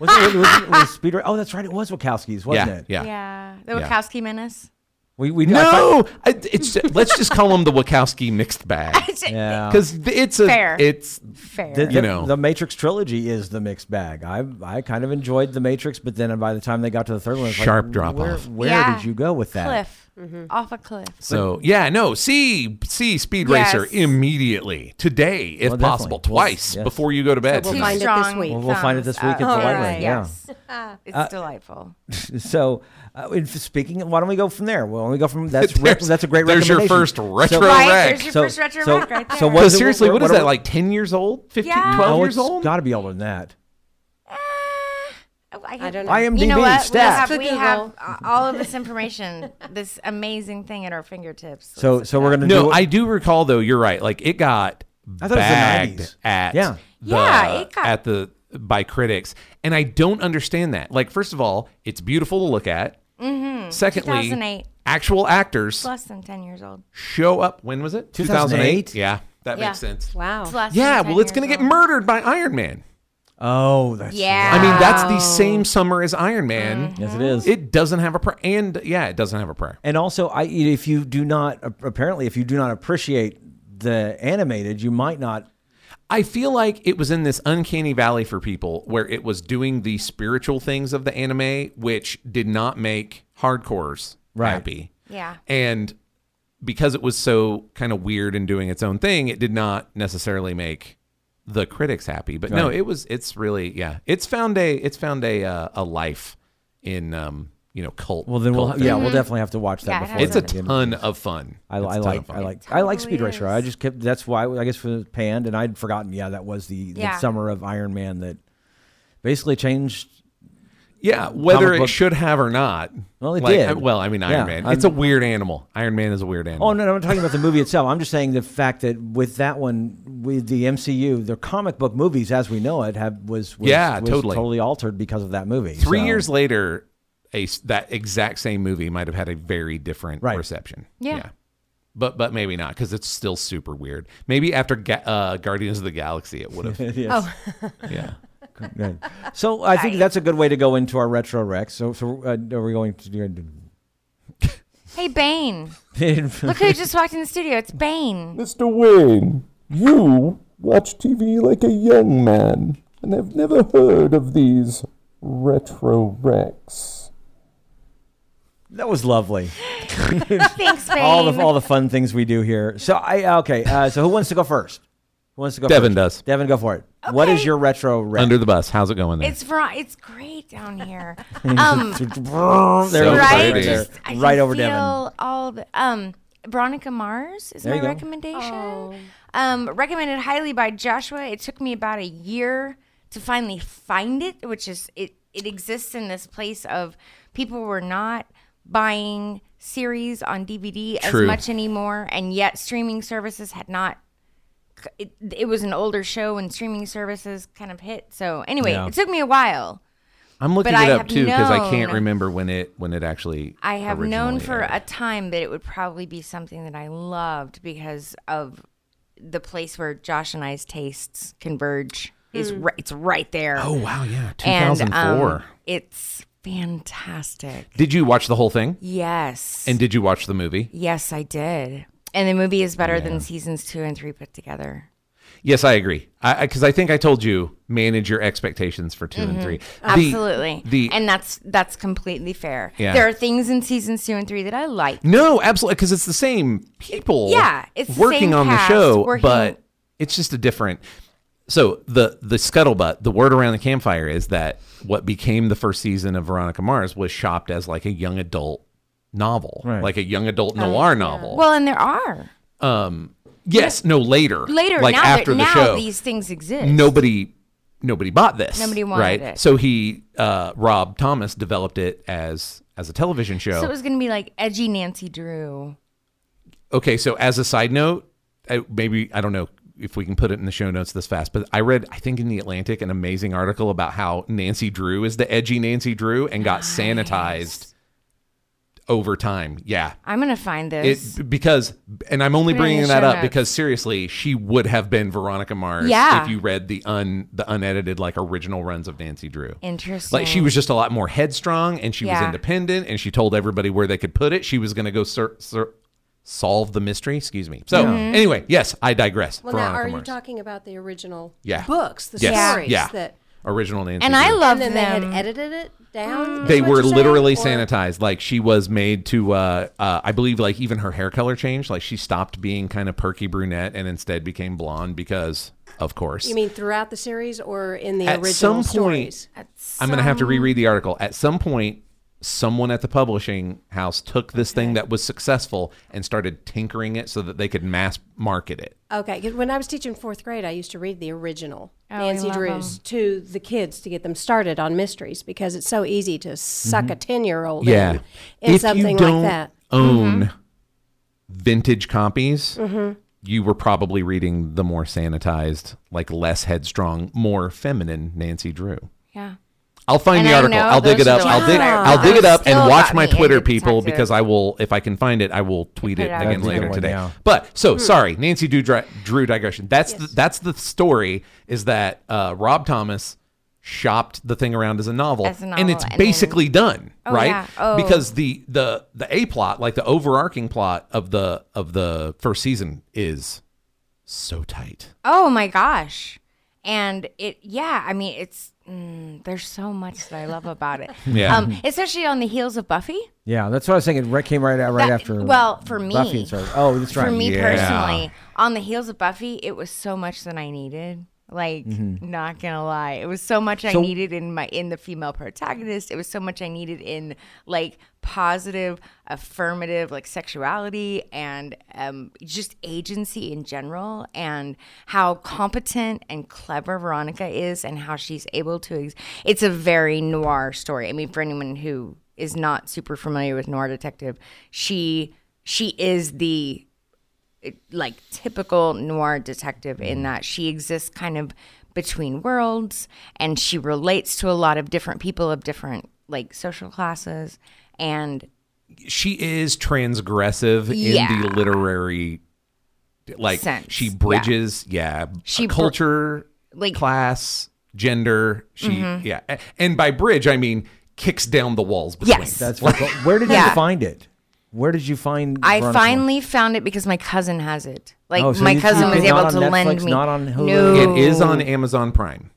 A: Was it, was it- was Speed Ra- Oh, that's right. It was Wachowski's, wasn't
D: Yeah,
A: it?
D: yeah,
B: Yeah, the
D: Yeah.
B: Wachowski menace.
A: We we I thought-
D: No, I, it's let's just call them the Wachowski mixed bag
A: yeah.
D: because it's a
B: Oh. Fair.
D: it's
B: Fair.
A: The,
D: You
A: the-
D: know.
A: the Matrix trilogy is the mixed bag. I I kind of enjoyed the Matrix, but then by the time they got to the third one, it's like,
D: Sharp drop
A: where,
D: off.
A: Where
B: Yeah.
A: did you go with that?
B: cliff
A: Mm-hmm.
B: off a cliff.
D: so yeah no see see Speed
B: Yes.
D: Racer immediately today if
A: Well,
D: possible
A: definitely.
D: twice
A: Yes.
D: before you go to bed.
H: So we'll
D: tonight.
H: find it this week.
A: Well, we'll find it this week
B: thumbs
A: at the
B: up.
A: library, yeah. uh,
B: Yes. It's delightful.
A: So, uh, in- speaking, of- why don't we go from there? Well, why don't we go from that's re-
D: There's-
A: that's a great.
D: there's your
A: recommendation.
D: first retro
A: So,
D: Right,
B: Right,
D: Correct.
B: there's your
A: so,
B: first retro
A: so,
B: rock right there.
A: so
D: So
A: what is it-
D: seriously, what is
A: are
D: that
A: we-
D: like? Ten years old? 15,
B: Yeah.
D: 12
A: Oh,
D: years old?
A: Got to be older than that.
B: Oh,
H: I don't know.
A: I am
B: Uh, You know what? We
A: stats.
B: have,
H: That's
B: we
H: the
B: have uh, all of this information, this amazing thing at our fingertips.
A: So, so we're gonna
D: No,
A: do.
D: I do recall though. You're right. Like it got
A: I thought it was the
D: bagged
A: 90s.
D: at
A: Yeah.
D: the-
B: Yeah, it got-
D: at the by critics, and I don't understand that. Like, first of all, it's beautiful to look at. Mm-hmm. Secondly,
B: 2008.
D: actual actors
B: It's less than 10 years old.
D: show up. When was it?
A: 2008?
D: Yeah, that
B: Yeah.
D: makes sense.
H: Wow.
B: It's less than
D: Yeah,
B: 10
D: well, it's
B: years
D: gonna get
B: old.
D: murdered by Iron Man.
A: oh, that's
B: Yeah.
D: I mean, that's
H: Wow.
D: the same summer as Iron Man.
B: Mm-hmm.
A: yes, it is.
D: It doesn't have a prayer, and yeah, it doesn't have a prayer.
A: and also, I if you do not apparently if you do not appreciate the animated, you might not.
D: I feel like it was in this uncanny valley for people where it was doing the spiritual things of the anime, which did not make hardcores
A: Right.
D: happy.
B: Yeah.
D: And because it was so kind of weird and doing its own thing, it did not necessarily make the critics happy. But no,
A: Right.
D: it was. It's really yeah. It's found a it's found a uh, a life in um you know cult.
A: Well, then we'll
D: cult
A: yeah,
D: thing.
A: we'll definitely have to watch that
B: Yeah, it
A: before.
B: has
D: It's a
A: the end.
D: ton of fun.
A: I,
D: It's a
A: I
D: ton
A: like
D: of fun.
A: I like I like Speed
B: Totally
A: Racer. I just kept that's why I guess for panned and I'd forgotten. Yeah, that was the,
B: Yeah.
A: the summer of Iron Man that basically changed.
D: Yeah, whether
A: comic
D: it
A: book-
D: should have or not.
A: Well, it
D: Like,
A: did.
D: I- well, I mean, Iron
A: Yeah,
D: Man.
A: I'm-
D: it's a weird animal. Iron Man is a weird animal.
A: Oh no, no, I'm not talking about the movie itself. I'm just saying the fact that with that one, with the MCU, the comic book movies as we know it have was, was
D: Yeah,
A: was
D: totally.
A: altered because of that movie.
D: Three
A: So-
D: years later, a s- that exact same movie might have had a very different
A: Right.
D: reception.
B: Yeah.
D: But but maybe not because it's still super weird. Maybe after Ga- uh, Guardians of the Galaxy, it would have.
A: Yes.
B: Oh.
D: yeah.
A: Good. So I think that's a good way to go into our retro rec. So so uh, are we going to do?
B: Hey, Bane. Look who just walked in the studio. It's Bane.
I: Mr. Wayne, you watch TV like a young man, and have never heard of these retro recs.
A: that was lovely.
B: Thanks, Bane.
A: all the all the fun things we do here. So I okay. Uh, so who wants to go first? Who wants to go?
D: Devin
A: first?
D: does.
A: Devin, go for it. What is your retro? Rec?
D: Under the bus. How's it going there?
B: it's Ver- It's great down here. Um,
A: there,
D: So
B: right,
D: pretty.
B: just,
A: There.
B: I can
A: right over
B: feel
A: Devin.
B: All the um, Veronica Mars is
A: There
B: my
A: you go.
B: recommendation. Um, recommended highly by Joshua. It took me about a year to finally find it, which is it. It exists in this place of people were not buying series on DVD
D: True.
B: as much anymore, and yet streaming services had not. It, it was an older show, and streaming services kind of hit. So anyway,
A: Yeah.
B: it took me a while.
D: I'm looking
B: But
D: it
B: I
D: up
B: have
D: too because I can't
B: known-
D: remember when it when it actually.
B: I have known
D: originally
B: for
D: aired.
B: a time that it would probably be something that I loved because of the place where Josh and I's tastes converge. Is right, it's right there.
D: Oh wow, yeah,
B: And, um,
D: 2004.
B: it's fantastic.
D: did you watch the whole thing?
B: Yes.
D: And did you watch the movie?
B: yes, I did. And the movie is better than seasons two and three put together.
D: Yes, I agree. I because I, think I told you manage your expectations for 2 and three. The-
B: Mm-hmm. Absolutely.
D: The,
B: and that's that's completely fair.
D: Yeah.
B: There are things in seasons two and three that I like.
D: no, absolutely, because it's the same people.
B: Yeah, it's the
D: working
B: same
D: on
B: cast,
D: the show,
B: working-
D: but it's just a different. So the the scuttlebutt, the word around the campfire is that what became the first season of Veronica Mars was shopped as like a young adult novel,
A: Right.
D: like a young adult noir novel.
B: Well, and there are
D: yes, no later,
B: later
D: like
B: now.
D: after
B: that,
D: the
B: now
D: show,
B: these things exist.
D: nobody nobody bought this.
B: Nobody wanted
D: right?
B: it.
D: So he uh, Rob Thomas developed it as as a television show.
B: So it was going to be like edgy Nancy Drew.
D: okay, so as a side note, I, maybe I don't know if we can put it in the show notes this fast, but I read I think in the Atlantic an amazing article about how Nancy Drew is the edgy Nancy Drew and got sanitized over time. Yeah.
B: I'm going to find this.
D: It because and I'm only
B: Put it in
D: bringing
B: the
D: that
B: show
D: up
B: notes.
D: because seriously, she would have been Veronica Mars
B: Yeah.
D: if you read the un the unedited like original runs of Nancy Drew.
B: Interesting.
D: Like she was just a lot more headstrong and she was
B: Yeah.
D: independent and she told everybody where they could put it. She was going to go ser- ser- solve the mystery. Excuse me. So
B: Mm-hmm.
D: anyway, yes, I digress.
H: Well,
D: Veronica
H: now are you
D: Mars.
H: talking about the original
D: Yeah.
H: books, the
D: Yes. Yeah.
H: stories
D: Yeah.
H: that,
D: Original Nancy.
B: and I
D: Drew.
B: love
H: and then
B: them.
H: they had edited it down? is
D: They
H: what
D: were
H: you're saying?
D: literally
H: Or-
D: sanitized. Like she was made to, uh, uh, I believe, like even her hair color changed. Like she stopped being kind of perky brunette and instead became blonde because, of course,
H: You mean throughout the series or in the
D: At
H: original
D: some point-
H: stories?
D: I'm going to have to reread the article. At some point, someone at the publishing house took this thing that was successful and started tinkering it so that they could mass market it.
H: Okay, 'cause when I was teaching fourth grade, I used to read the original
B: Oh, we
H: Nancy
B: love
H: Drews to the kids to get them started on mysteries because it's so easy to suck
A: Mm-hmm.
H: a ten-year-old in, in
D: if
H: something
D: you don't
H: like that. Mm-hmm.
D: own vintage copies, you were probably reading the more sanitized, like less headstrong, more feminine Nancy Drew.
B: yeah.
D: I'll find
B: And
D: the
B: I
D: article.
B: know
D: I'll dig
B: those
D: it
B: are
D: up.
B: the
D: I'll
B: ones
D: dig.
B: that are-
D: I'll dig it up and
B: still
D: watch
B: got
D: my
B: me into
D: Twitter people
B: detective.
D: because I will, if I can find it, I will tweet
B: Put
D: it
B: it out. Hmm.
D: again
B: That's a
D: later
A: good one,
D: today.
A: yeah.
D: But so sorry, Nancy Drew, dri- Drew digression. That's the, that's the story. Is that uh, Rob Thomas shopped the thing around as a novel,
B: As a
D: and
B: novel,
D: it's
B: and then-
D: basically done,
B: Oh,
D: right?
B: yeah. Oh.
D: Because the the the a plot, like the overarching plot of the of the first season, is so tight.
B: Oh my gosh. And it, yeah, I mean, it's, mm, there's so much that I love about it.
D: Yeah.
B: Um, especially on the heels of Buffy.
A: Yeah, that's what I was thinking. Rick came right out right
B: That-
A: after.
B: well, for me-
A: Buffy and Sarah. Oh, that's right.
B: For me
D: Yeah.
B: personally, on the heels of Buffy, it was so much that I needed. Like, not gonna lie, it was so much I
A: Mm-hmm. So-
B: needed in my in the female protagonist. It was so much I needed in like positive, affirmative, like sexuality and um, just agency in general, and how competent and clever Veronica is, and how she's able to. Ex- it's a very noir story. I mean, for anyone who is not super familiar with noir detective, she she is the like typical noir detective
A: Mm-hmm.
B: in that she exists kind of between worlds and she relates to a lot of different people of different like social classes and
D: she is transgressive in
B: Yeah.
D: the literary like
B: Sense,
D: she
B: yeah.
D: bridges yeah,
B: She br-
D: culture
B: like- Mm-hmm.
D: class gender she yeah A- and by bridge i mean kicks down the walls between.
B: Yes.
A: That's what- where did you
B: Yeah.
A: find it? Where did you find?
B: I
A: Veronica?
B: finally found it because my cousin has it. Like
A: Oh, so
B: my
A: you-
B: cousin
A: you
B: was
A: could- not
B: able
A: on
B: to
A: Netflix,
B: lend me.
A: not on Hulu?
B: No.
D: it is on amazon prime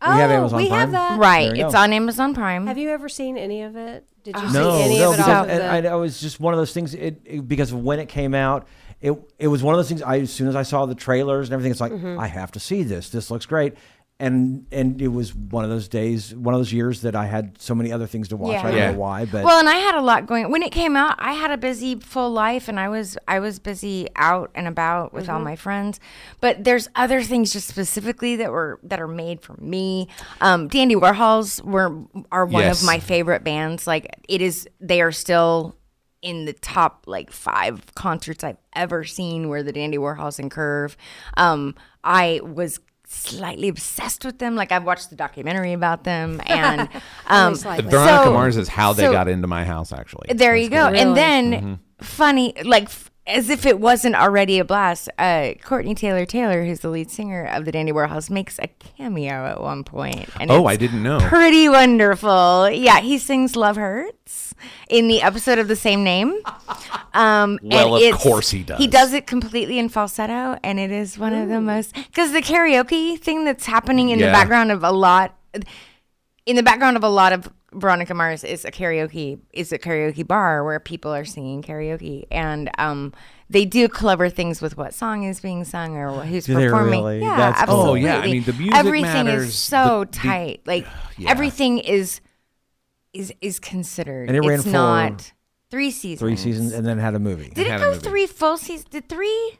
A: We
B: Oh,
A: have Amazon
H: Oh, we
A: Prime?
H: have that.
A: There
B: right.
A: you
B: It's
A: go.
B: on Amazon Prime.
H: Have you ever seen any of it? Did you
A: No,
H: see any
A: no,
H: of it?
A: because
H: off of
A: and
H: the-
A: I,
H: Oh,
A: I was just one of those things. It, it- because of when it came out,
B: Mm-hmm.
A: it it was one of those things. I as soon as I saw the trailers and everything, it's like I have to see this. This looks great. and and it was one of those days, one of those years that I had so many other things to watch. I don't
D: Yeah.
A: know why, but
B: Well, and I had a lot going. When it came out, I had a busy full life and I was I was busy out and about with
D: Mm-hmm.
B: all my friends. But there's other things just specifically that were that are made for me. Um Dandy Warhols were are one
D: Yes.
B: of my favorite bands. Like it is they are still in the top like five concerts I've ever seen where the Dandy Warhols and Curve. Um, I was slightly obsessed with them. Like I've watched the documentary about them and um,
D: Veronica
B: So-
D: Mars is how they
B: so-
D: got into my house, actually.
B: there you go.
H: Really?
B: And then,
D: Mm-hmm.
B: funny, like f- as if it wasn't already a blast, uh, Courtney Taylor Taylor, who's the lead singer of the Dandy Warhols, makes a cameo at one point. And
D: Oh,
B: it's
D: I didn't know.
B: Pretty wonderful. Yeah, he sings "Love Hurts" in the episode of the same name. Um,
D: Well, of
B: and it's-
D: course he does.
B: He does it completely in falsetto, and it is one of the most because the karaoke thing that's happening in
D: Yeah.
B: the background of a lot, in the background of a lot of Veronica Mars is a karaoke is a karaoke bar where people are singing karaoke, and um, they do clever things with what song is being sung or wh- who's
A: Do they
B: performing.
A: really?
B: Yeah,
A: That's cool.
D: Oh,
B: absolutely.
D: yeah. I mean, the music
B: everything
D: matters.
B: is so
D: The- the-
B: tight. Like
D: Yeah.
B: everything is is is considered.
A: And it ran
B: it's
A: for
B: not three seasons.
A: three seasons and then had a movie.
B: Did
D: had
B: it
D: a
B: go
D: movie.
B: three full seasons? Did three?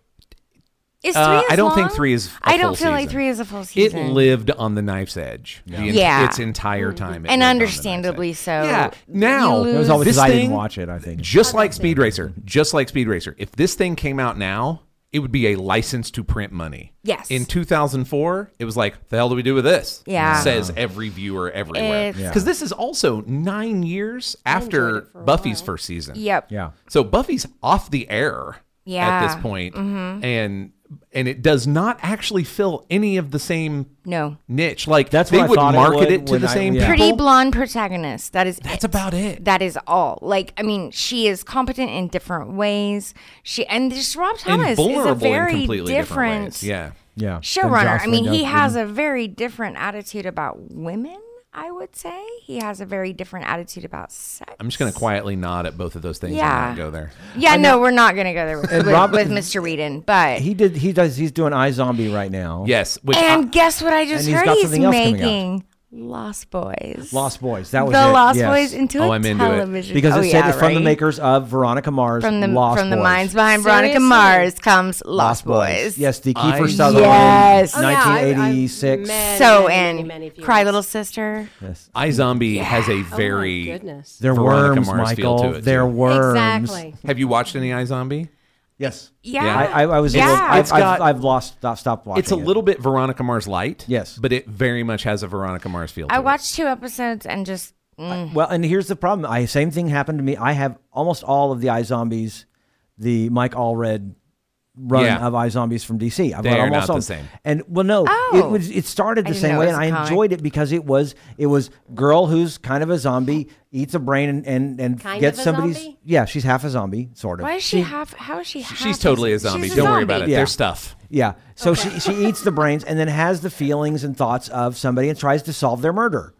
B: Is three?
D: Uh, I
B: as
D: don't think
B: long?
D: three is I
B: I don't feel like three is a full
D: It
B: season.
D: lived on the knife's edge. the en-
B: Yeah.
D: Its entire time. it lived on
B: and
D: the knife's
B: understandably
D: edge.
B: so.
D: Yeah.
B: You
D: Now,
A: It
B: lose-
A: was always
D: This
A: because I
D: thing-
A: didn't watch it. I think
D: Just like Speed Racer, just like Speed Racer, if this thing came out now, it would be a license to print money.
B: Yes.
D: In 2004, it was like, the hell do we do with this?
B: Yeah.
D: Says every viewer everywhere.
B: It's- Yeah.
D: Because this is also nine years after Buffy's first season.
B: Yep.
A: yeah.
D: So Buffy's off the air at
B: Yeah. Mm-hmm.
D: this point, and and it does not actually fill any of the same
B: No.
D: niche. Like
A: That's
D: they
A: what I
D: would
A: thought it
D: market
A: would
D: it, to
A: when
D: the
A: I-
D: same
A: yeah.
D: people.
B: Pretty blonde protagonist. That is.
D: That's about it.
B: That is all. Like, I mean, she is competent in different ways. She and this Rob
D: and
B: Thomas is
D: vulnerable
B: a very
D: in completely different,
B: different,
D: ways. Yeah.
A: Yeah.
B: showrunner. I mean, he has a very different attitude about women. I would say he has a very different attitude about sex.
D: I'm just gonna quietly nod at both of those things
B: Yeah.
D: and not go there.
B: Yeah, no, we're not gonna go there with, with,
A: Rob-
B: with Mr. Whedon, but
A: He did. He does. He's doing I Zombie right now.
D: Yes, which
B: and
D: I-
B: guess what I just
A: and he's
B: heard?
A: got
B: He's
A: something else coming out.
B: making Lost Boys.
A: Lost Boys. That was
B: the
A: it,
B: Lost
A: yes.
B: Boys into
D: Oh,
B: a
D: I'm into it.
B: television
A: because
B: oh,
A: it said
B: yeah,
A: that from the
B: right?
A: makers of Veronica Mars
B: from the
A: Lost
B: from the
A: Boys.
B: minds behind Veronica
H: Seriously?
B: Mars comes
A: Lost
B: Lost, Boys.
A: Boys. Yes, the
D: I-
A: Kiefer Sutherland.
B: Yes. Oh, yeah,
H: I've- I've
A: 1986.
H: met-
B: So
H: Many,
B: in
H: many, many
B: Cry
H: viewers.
B: Little Sister.
D: iZombie has a
H: Oh my
D: very.
H: goodness.
A: They're
D: Veronica
A: worms,
D: Mars feel
A: Michael.
D: to it,
A: They're
D: too.
A: worms.
H: Exactly.
D: have you watched any iZombie?
A: Yes.
B: Yeah.
D: Yeah.
A: I, I, I was.
B: Yeah.
A: Able, I,
D: It's got-
A: I've, I've lost. Stop, stopped watching.
D: It's a
A: it.
D: little bit Veronica Mars light.
A: Yes.
D: but it very much has a Veronica Mars feel. To
B: I
D: it.
B: watched two episodes and just mm,
A: Well, and here's the problem. I same thing happened to me. I have almost all of the iZombies, the Mike Allred run
D: Yeah.
A: of iZombies from DC. I've
D: They
A: got
D: are
A: almost
D: not
A: all
D: the same.
A: And well, no, it
B: Oh.
A: was it started
B: I
A: the
B: didn't
A: same
B: know
A: way,
B: it was
A: and
B: a
A: I
B: comic.
A: enjoyed it because it was it was girl who's kind of a zombie eats a brain and and, and
H: Kind
A: gets
H: of a
A: somebody's
H: zombie?
A: yeah she's half a zombie sort of
B: why is she half how is she half
D: She's totally a zombie.
B: She's
D: Don't worry about it.
B: zombie.
A: Yeah.
D: There's stuff.
A: yeah so she she eats the brains and then has the feelings and thoughts of somebody and tries to solve their murder.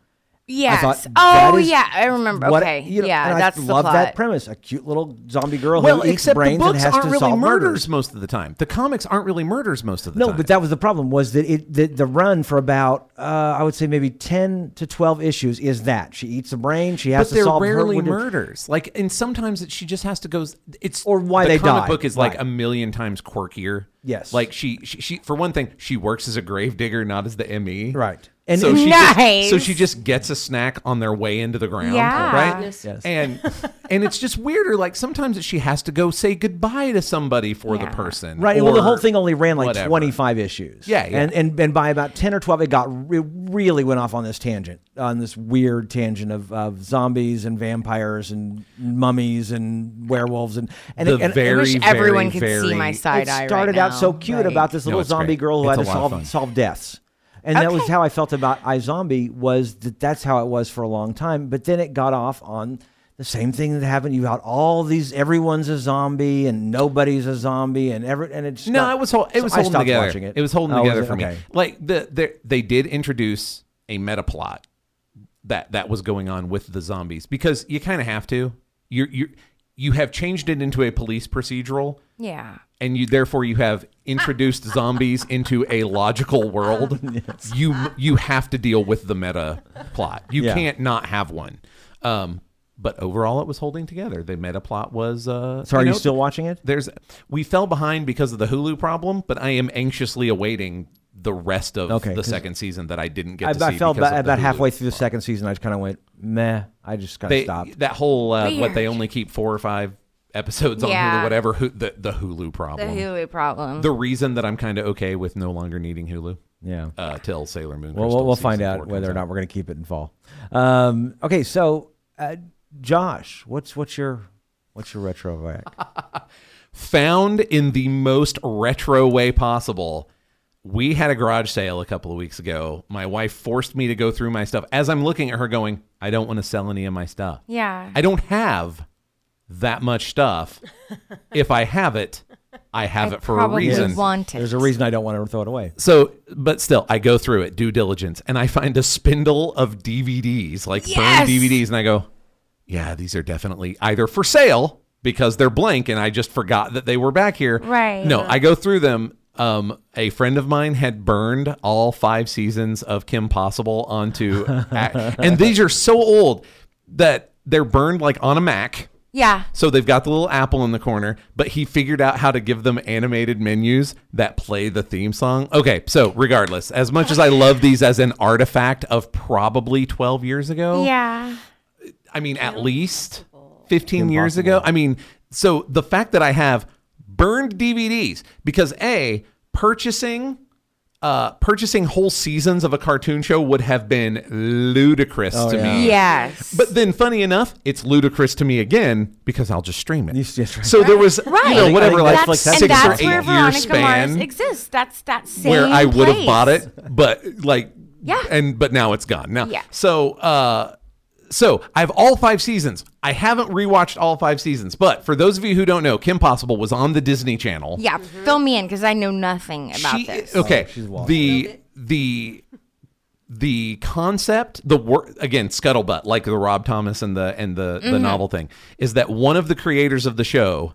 B: Yes.
A: thought, that
B: oh
A: is
B: yeah, I remember.
A: What-
B: okay.
A: you know,
B: yeah,
A: and I
B: that's the
A: love
B: plot.
A: that premise. A cute little zombie girl
D: Well,
A: who eats
D: except the
A: brains and
D: books
A: has
D: aren't
A: to
D: really
A: solve murders.
D: murders most of the time. The comics aren't really murders most of the
A: No,
D: time.
A: but that was the problem was that it the, the run for about uh, I would say maybe ten to twelve issues is that she eats the brain, she has
D: But
A: to
D: they're
A: solve
D: rarely
A: her
D: murders. Like, and sometimes it, she just has to go. It's
A: Or why
D: the
A: they
D: comic
A: die.
D: book is like
A: Right.
D: a million times quirkier.
A: Yes.
D: like she, she, she. For one thing, she works as a gravedigger, not as the ME.
A: Right.
D: And
A: And-
D: so she just,
B: Nice.
D: so she just gets a snack on their way into the ground.
B: Yeah.
D: Right.
A: Yes.
D: And and it's just weirder. Like sometimes she has to go say goodbye to somebody for the
B: Yeah.
D: person.
A: Right. well, the
D: or
A: whole thing only ran like
D: whatever.
A: 25 issues.
D: Yeah, yeah.
A: And, and and by about 10 or 12, it got it really went off on this tangent, on this weird tangent of, of zombies and vampires and mummies and werewolves and and,
D: The
A: and- and
D: very,
B: I wish
D: very,
B: everyone could see
D: very-
B: my side
A: it
B: eye. right
A: started out
B: now.
A: so cute
B: Right.
A: about this
D: No,
A: little
D: it's
A: zombie
D: great.
A: girl who
D: It's
A: had
D: a
A: to
D: lot of fun.
A: solve solve deaths. And that was
B: Okay.
A: how I felt about iZombie was that that's how it was for a long time. But then it got off on the same thing that happened. You had all these everyone's a zombie and nobody's a zombie and every and it's
D: No, it was hol- it was holding together. It. was holding
A: Oh,
D: together for me. Like the, the they did introduce a meta plot that that was going on with the zombies because you kind of have to. You you you have changed it into a police procedural
B: Yeah.
D: and you therefore you have introduced zombies into a logical world, you you have to deal with the meta plot. You
A: Yeah.
D: can't not have one. Um, but overall, it was holding together. The meta plot was. Uh,
A: So are you
D: know,
A: still watching it?
D: There's we fell behind because of the Hulu problem, but I am anxiously awaiting the rest of
A: Okay,
D: the
A: 'cause
D: second season that I didn't get
A: I,
D: to
A: I
D: see.
A: felt
D: because
A: about,
D: of the
A: about
D: Hulu
A: halfway through the
D: problem.
A: second season. I just kind of went meh. I just kind of
D: They,
A: stopped.
D: that whole uh, what they
B: Weird.
D: only keep four or five episodes on Hulu,
B: Yeah.
D: whatever who, the the Hulu
B: The
D: problem.
B: Hulu problem.
D: the reason that I'm kind of okay with no longer needing Hulu
A: Yeah.
D: uh, till Sailor Moon.
A: Well,
D: Crystal
A: we'll, we'll
D: season
A: find
D: four
A: out
D: comes
A: whether or not we're going to keep it in fall. Um, okay, so uh, Josh, what's what's your what's your retro rec?
D: Found in the most retro way possible. We had a garage sale a couple of weeks ago. My wife forced me to go through my stuff. As I'm looking at her, going, I don't want to sell any of my stuff.
B: yeah.
D: I don't have that much stuff. if I have it, I have it for a
B: probably
D: reason.
B: want it.
A: There's a reason I don't want to throw it away.
D: So, but still, I go through it, due diligence, and I find a spindle of DVDs, like
B: Yes!
D: burned DVDs, and I go, yeah, these are definitely either for sale because they're blank and I just forgot that they were back here.
B: Right.
D: No, I go through them. Um, a friend of mine had burned all five seasons of Kim Possible onto, and these are so old that they're burned like on a Mac.
B: Yeah.
D: So they've got the little apple in the corner, but he figured out how to give them animated menus that play the theme song. Okay, so regardless, as much as I love these as an artifact of probably 12 years ago,
B: Yeah.
D: I mean, at least 15 years ago. I mean, so the fact that I have burned DVDs because A, purchasing. Uh, purchasing whole seasons of a cartoon show would have been ludicrous to
A: Oh, yeah.
D: me.
B: Yes.
D: uh, But then, funny enough, it's ludicrous to me again because I'll just stream it.
A: You- yes, right.
D: So there was, you know,
B: Right.
D: whatever, like
A: Netflix
B: that's,
A: has
D: six
B: and that's
D: or
B: where
D: eight year
B: Veronica
D: span
B: Mars exists. That's that same
D: where I would have
B: place.
D: bought it, but like,
B: Yeah.
D: and but now it's gone. Now,
B: Yeah.
D: So, uh, so I have all five seasons. I haven't rewatched all five seasons, but for those of you who don't know, Kim Possible was on the Disney Channel.
B: Yeah, fill me in because I know nothing about
D: She-
B: this.
D: Okay,
A: she's wild.
D: the the the concept, the work again, scuttlebutt, like the Rob Thomas and the and the
B: Mm-hmm.
D: the novel thing, is that one of the creators of the show,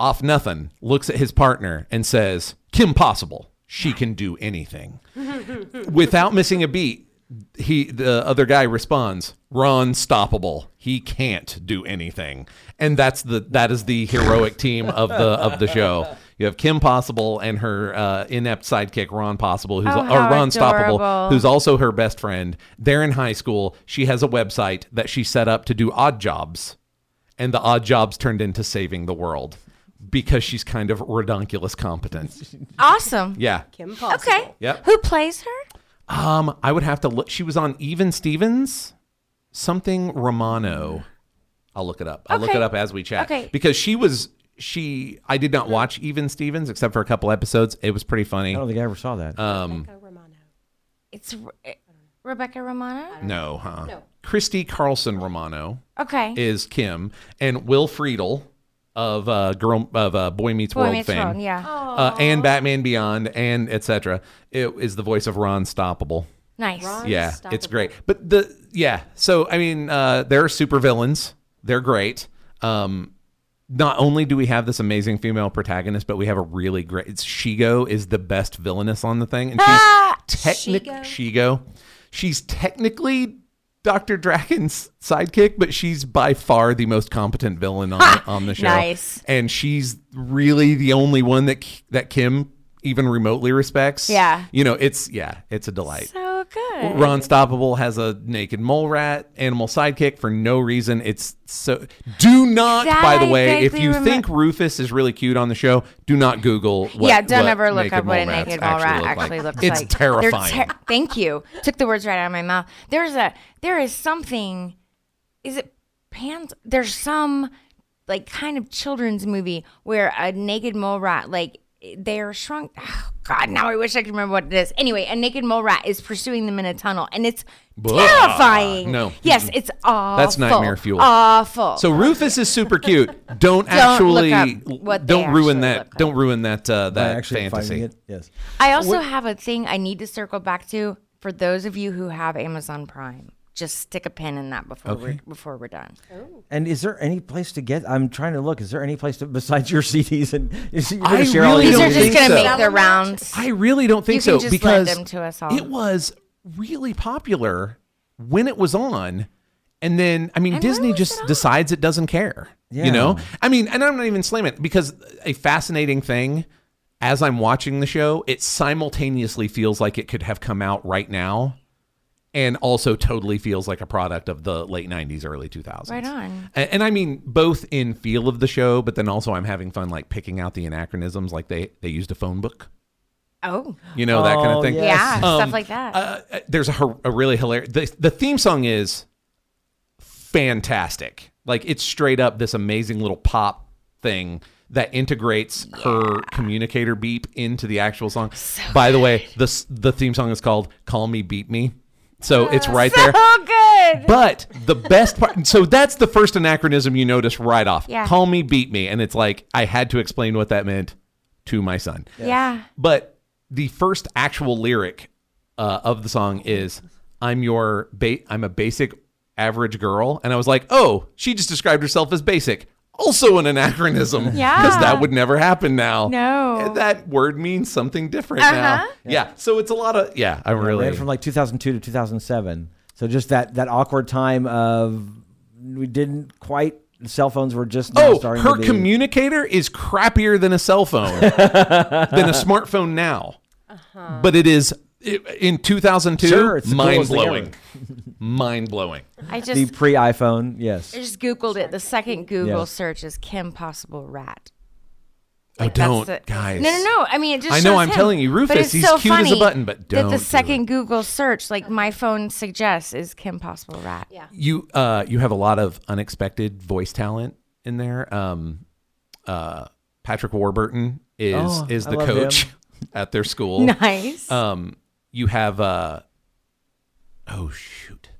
D: off nothing, looks at his partner and says, "Kim Possible, she can do anything," without missing a beat. He the other guy responds, "Ron stoppable. He can't do anything," and that's the that is the heroic team of the of the show. You have Kim Possible and her uh, inept sidekick Ron Possible, who's
B: Oh,
D: or
B: how
D: Ron Stoppable,
B: adorable.
D: who's also her best friend. They're in high school. She has a website that she set up to do odd jobs, and the odd jobs turned into saving the world because she's kind of redonkulous competent.
B: Awesome.
D: Yeah.
H: Kim Possible.
B: Okay.
D: Yep.
B: Who plays her?
D: Um, I would have to look. She was on Even Stevens, something Romano. I'll look it up. I'll look
B: Okay.
D: it up as we chat.
B: Okay.
D: Because she was she. I did not watch Even Stevens except for a couple episodes. It was pretty funny.
A: I don't think I ever saw that.
D: Um,
H: Romano.
B: It's Re- Rebecca Romano.
D: no, huh?
H: No.
D: Christy Carlson Romano
B: Okay.
D: is Kim, and Will Friedle of uh, Girl of uh, Boy Meets
B: Boy
D: World
B: Meets
D: fame,
B: World. Yeah.
D: uh, and Batman Beyond, and etc. It is the voice of Ron Stoppable.
B: Nice.
D: yeah, it's great. But the yeah, so I mean, uh, they're super villains. They're great. Um, not only do we have this amazing female protagonist, but we have a really great. It's Shigo is the best villainess on the thing, and she's technically Shigo. She's technically Doctor Draken's sidekick, but she's by far the most competent villain on on the show.
B: Nice.
D: and she's really the only one that that Kim even remotely respects.
B: Yeah.
D: you know, it's yeah, it's a delight.
B: So good.
D: Ron Stoppable has a naked mole rat animal sidekick for no reason. It's so. Do not,
B: That
D: by the
B: I
D: way, if
B: vaguely
D: you
B: remem-
D: think Rufus is really cute on the show, do not Google. What,
B: yeah, don't
D: what
B: ever look
D: naked
B: up what a
D: mole rats
B: naked mole rat
D: look like.
B: actually looks
D: it's
B: like. They're
D: terrifying.
B: ter- thank you. Took the words right out of my mouth. There's a there is something. Is it pans? There's some like kind of children's movie where a naked mole rat like they are shrunk. Oh, God, now I wish I could remember what it is. Anyway, a naked mole rat is pursuing them in a tunnel, and it's
D: Blah.
B: terrifying.
D: No.
B: Yes, it's awful.
D: nightmare fuel.
B: Awful.
D: so Rufus is super cute. Don't, actually
B: look up what they
D: don't ruin
B: actually
D: that.
B: look like.
D: Don't ruin that uh,
A: By
D: that
A: actually finding
D: fantasy.
A: it. Yes.
B: I also have a thing I need to circle back to for those of you who have Amazon Prime. just stick a pin in that before we're before we're done.
A: And is there any place to get? I'm trying to look. Is there any place to besides your CDs and is, you're gonna
D: I
A: share all
D: really
A: these
B: These
D: don't
B: are
A: CDs?
B: just
D: think
B: gonna
D: so.
B: make their rounds.
D: I really don't think
B: You
D: so
B: can just
D: because
B: lend them to us all.
D: it was really popular when it was on. And then, I mean,
B: And where
D: Disney
B: was
D: just
B: it on?
D: decides it doesn't care.
A: Yeah.
D: You know? I mean, and I'm not even slamming it because a fascinating thing as I'm watching the show, it simultaneously feels like it could have come out right now and also totally feels like a product of the late 90s, early 2000s.
B: Right on.
D: A- And, I mean both in feel of the show, but then also I'm having fun like picking out the anachronisms like they they used a phone book.
B: Oh,
D: You know, that kind
A: Oh,
D: of thing.
A: yes.
B: yeah,
A: Um,
B: stuff like that.
D: Uh, uh, there's a, hor- a really hilarious. The, the theme song is fantastic. Like it's straight up this amazing little pop thing that integrates her communicator beep into the actual song. By the way, the s- the theme song is called "Call Me Beat Me," so it's right there.
B: Oh, so good.
D: But the best part, so that's the first anachronism you notice right off.
B: Yeah.
D: Call me, beat me. And it's like, I had to explain what that meant to my son.
B: Yeah.
D: But the first actual lyric uh, of the song is, "I'm your ba- I'm a basic average girl," and I was like, "Oh, she just described herself as basic." Also an anachronism,
B: Yeah.
D: because that would never happen now.
B: No. Uh-huh.
D: And that word means something different now. Yeah. so it's a lot of yeah. I really
A: Ran from like 2002 to 2007. So just that that awkward time of we didn't quite. Cell phones were just now
D: Oh,
A: starting
D: her
A: to be,
D: communicator is crappier than a cell phone, than a smartphone now.
B: Uh-huh.
D: But it is i in 2002,
A: Sure, it's the
D: mind
A: coolest thing
D: blowing, mind blowing.
B: I
A: the
B: just
A: pre iPhone. Yes,
B: I just googled it. The second Google
A: Yes.
B: search is Kim Possible Rat.
D: Oh,
B: That's
D: don't,
B: the-
D: guys.
B: No, no, no. I mean, it just.
D: I know,
B: shows
D: I'm
B: him.
D: telling you,
B: But
D: Rufus,
B: it's
D: he's
B: so
D: cute as a
B: funny
D: button, but
B: that
D: don't do
B: the
D: it.
B: second Google search, like my phone suggests, is Kim Possible Rat. Yeah.
D: You uh, you have a lot of unexpected voice talent in there. Um, uh, Patrick Warburton is
A: Oh,
D: is
A: I
D: the
A: love him.
D: coach at their school.
B: Nice.
D: Um, you have uh, oh shoot,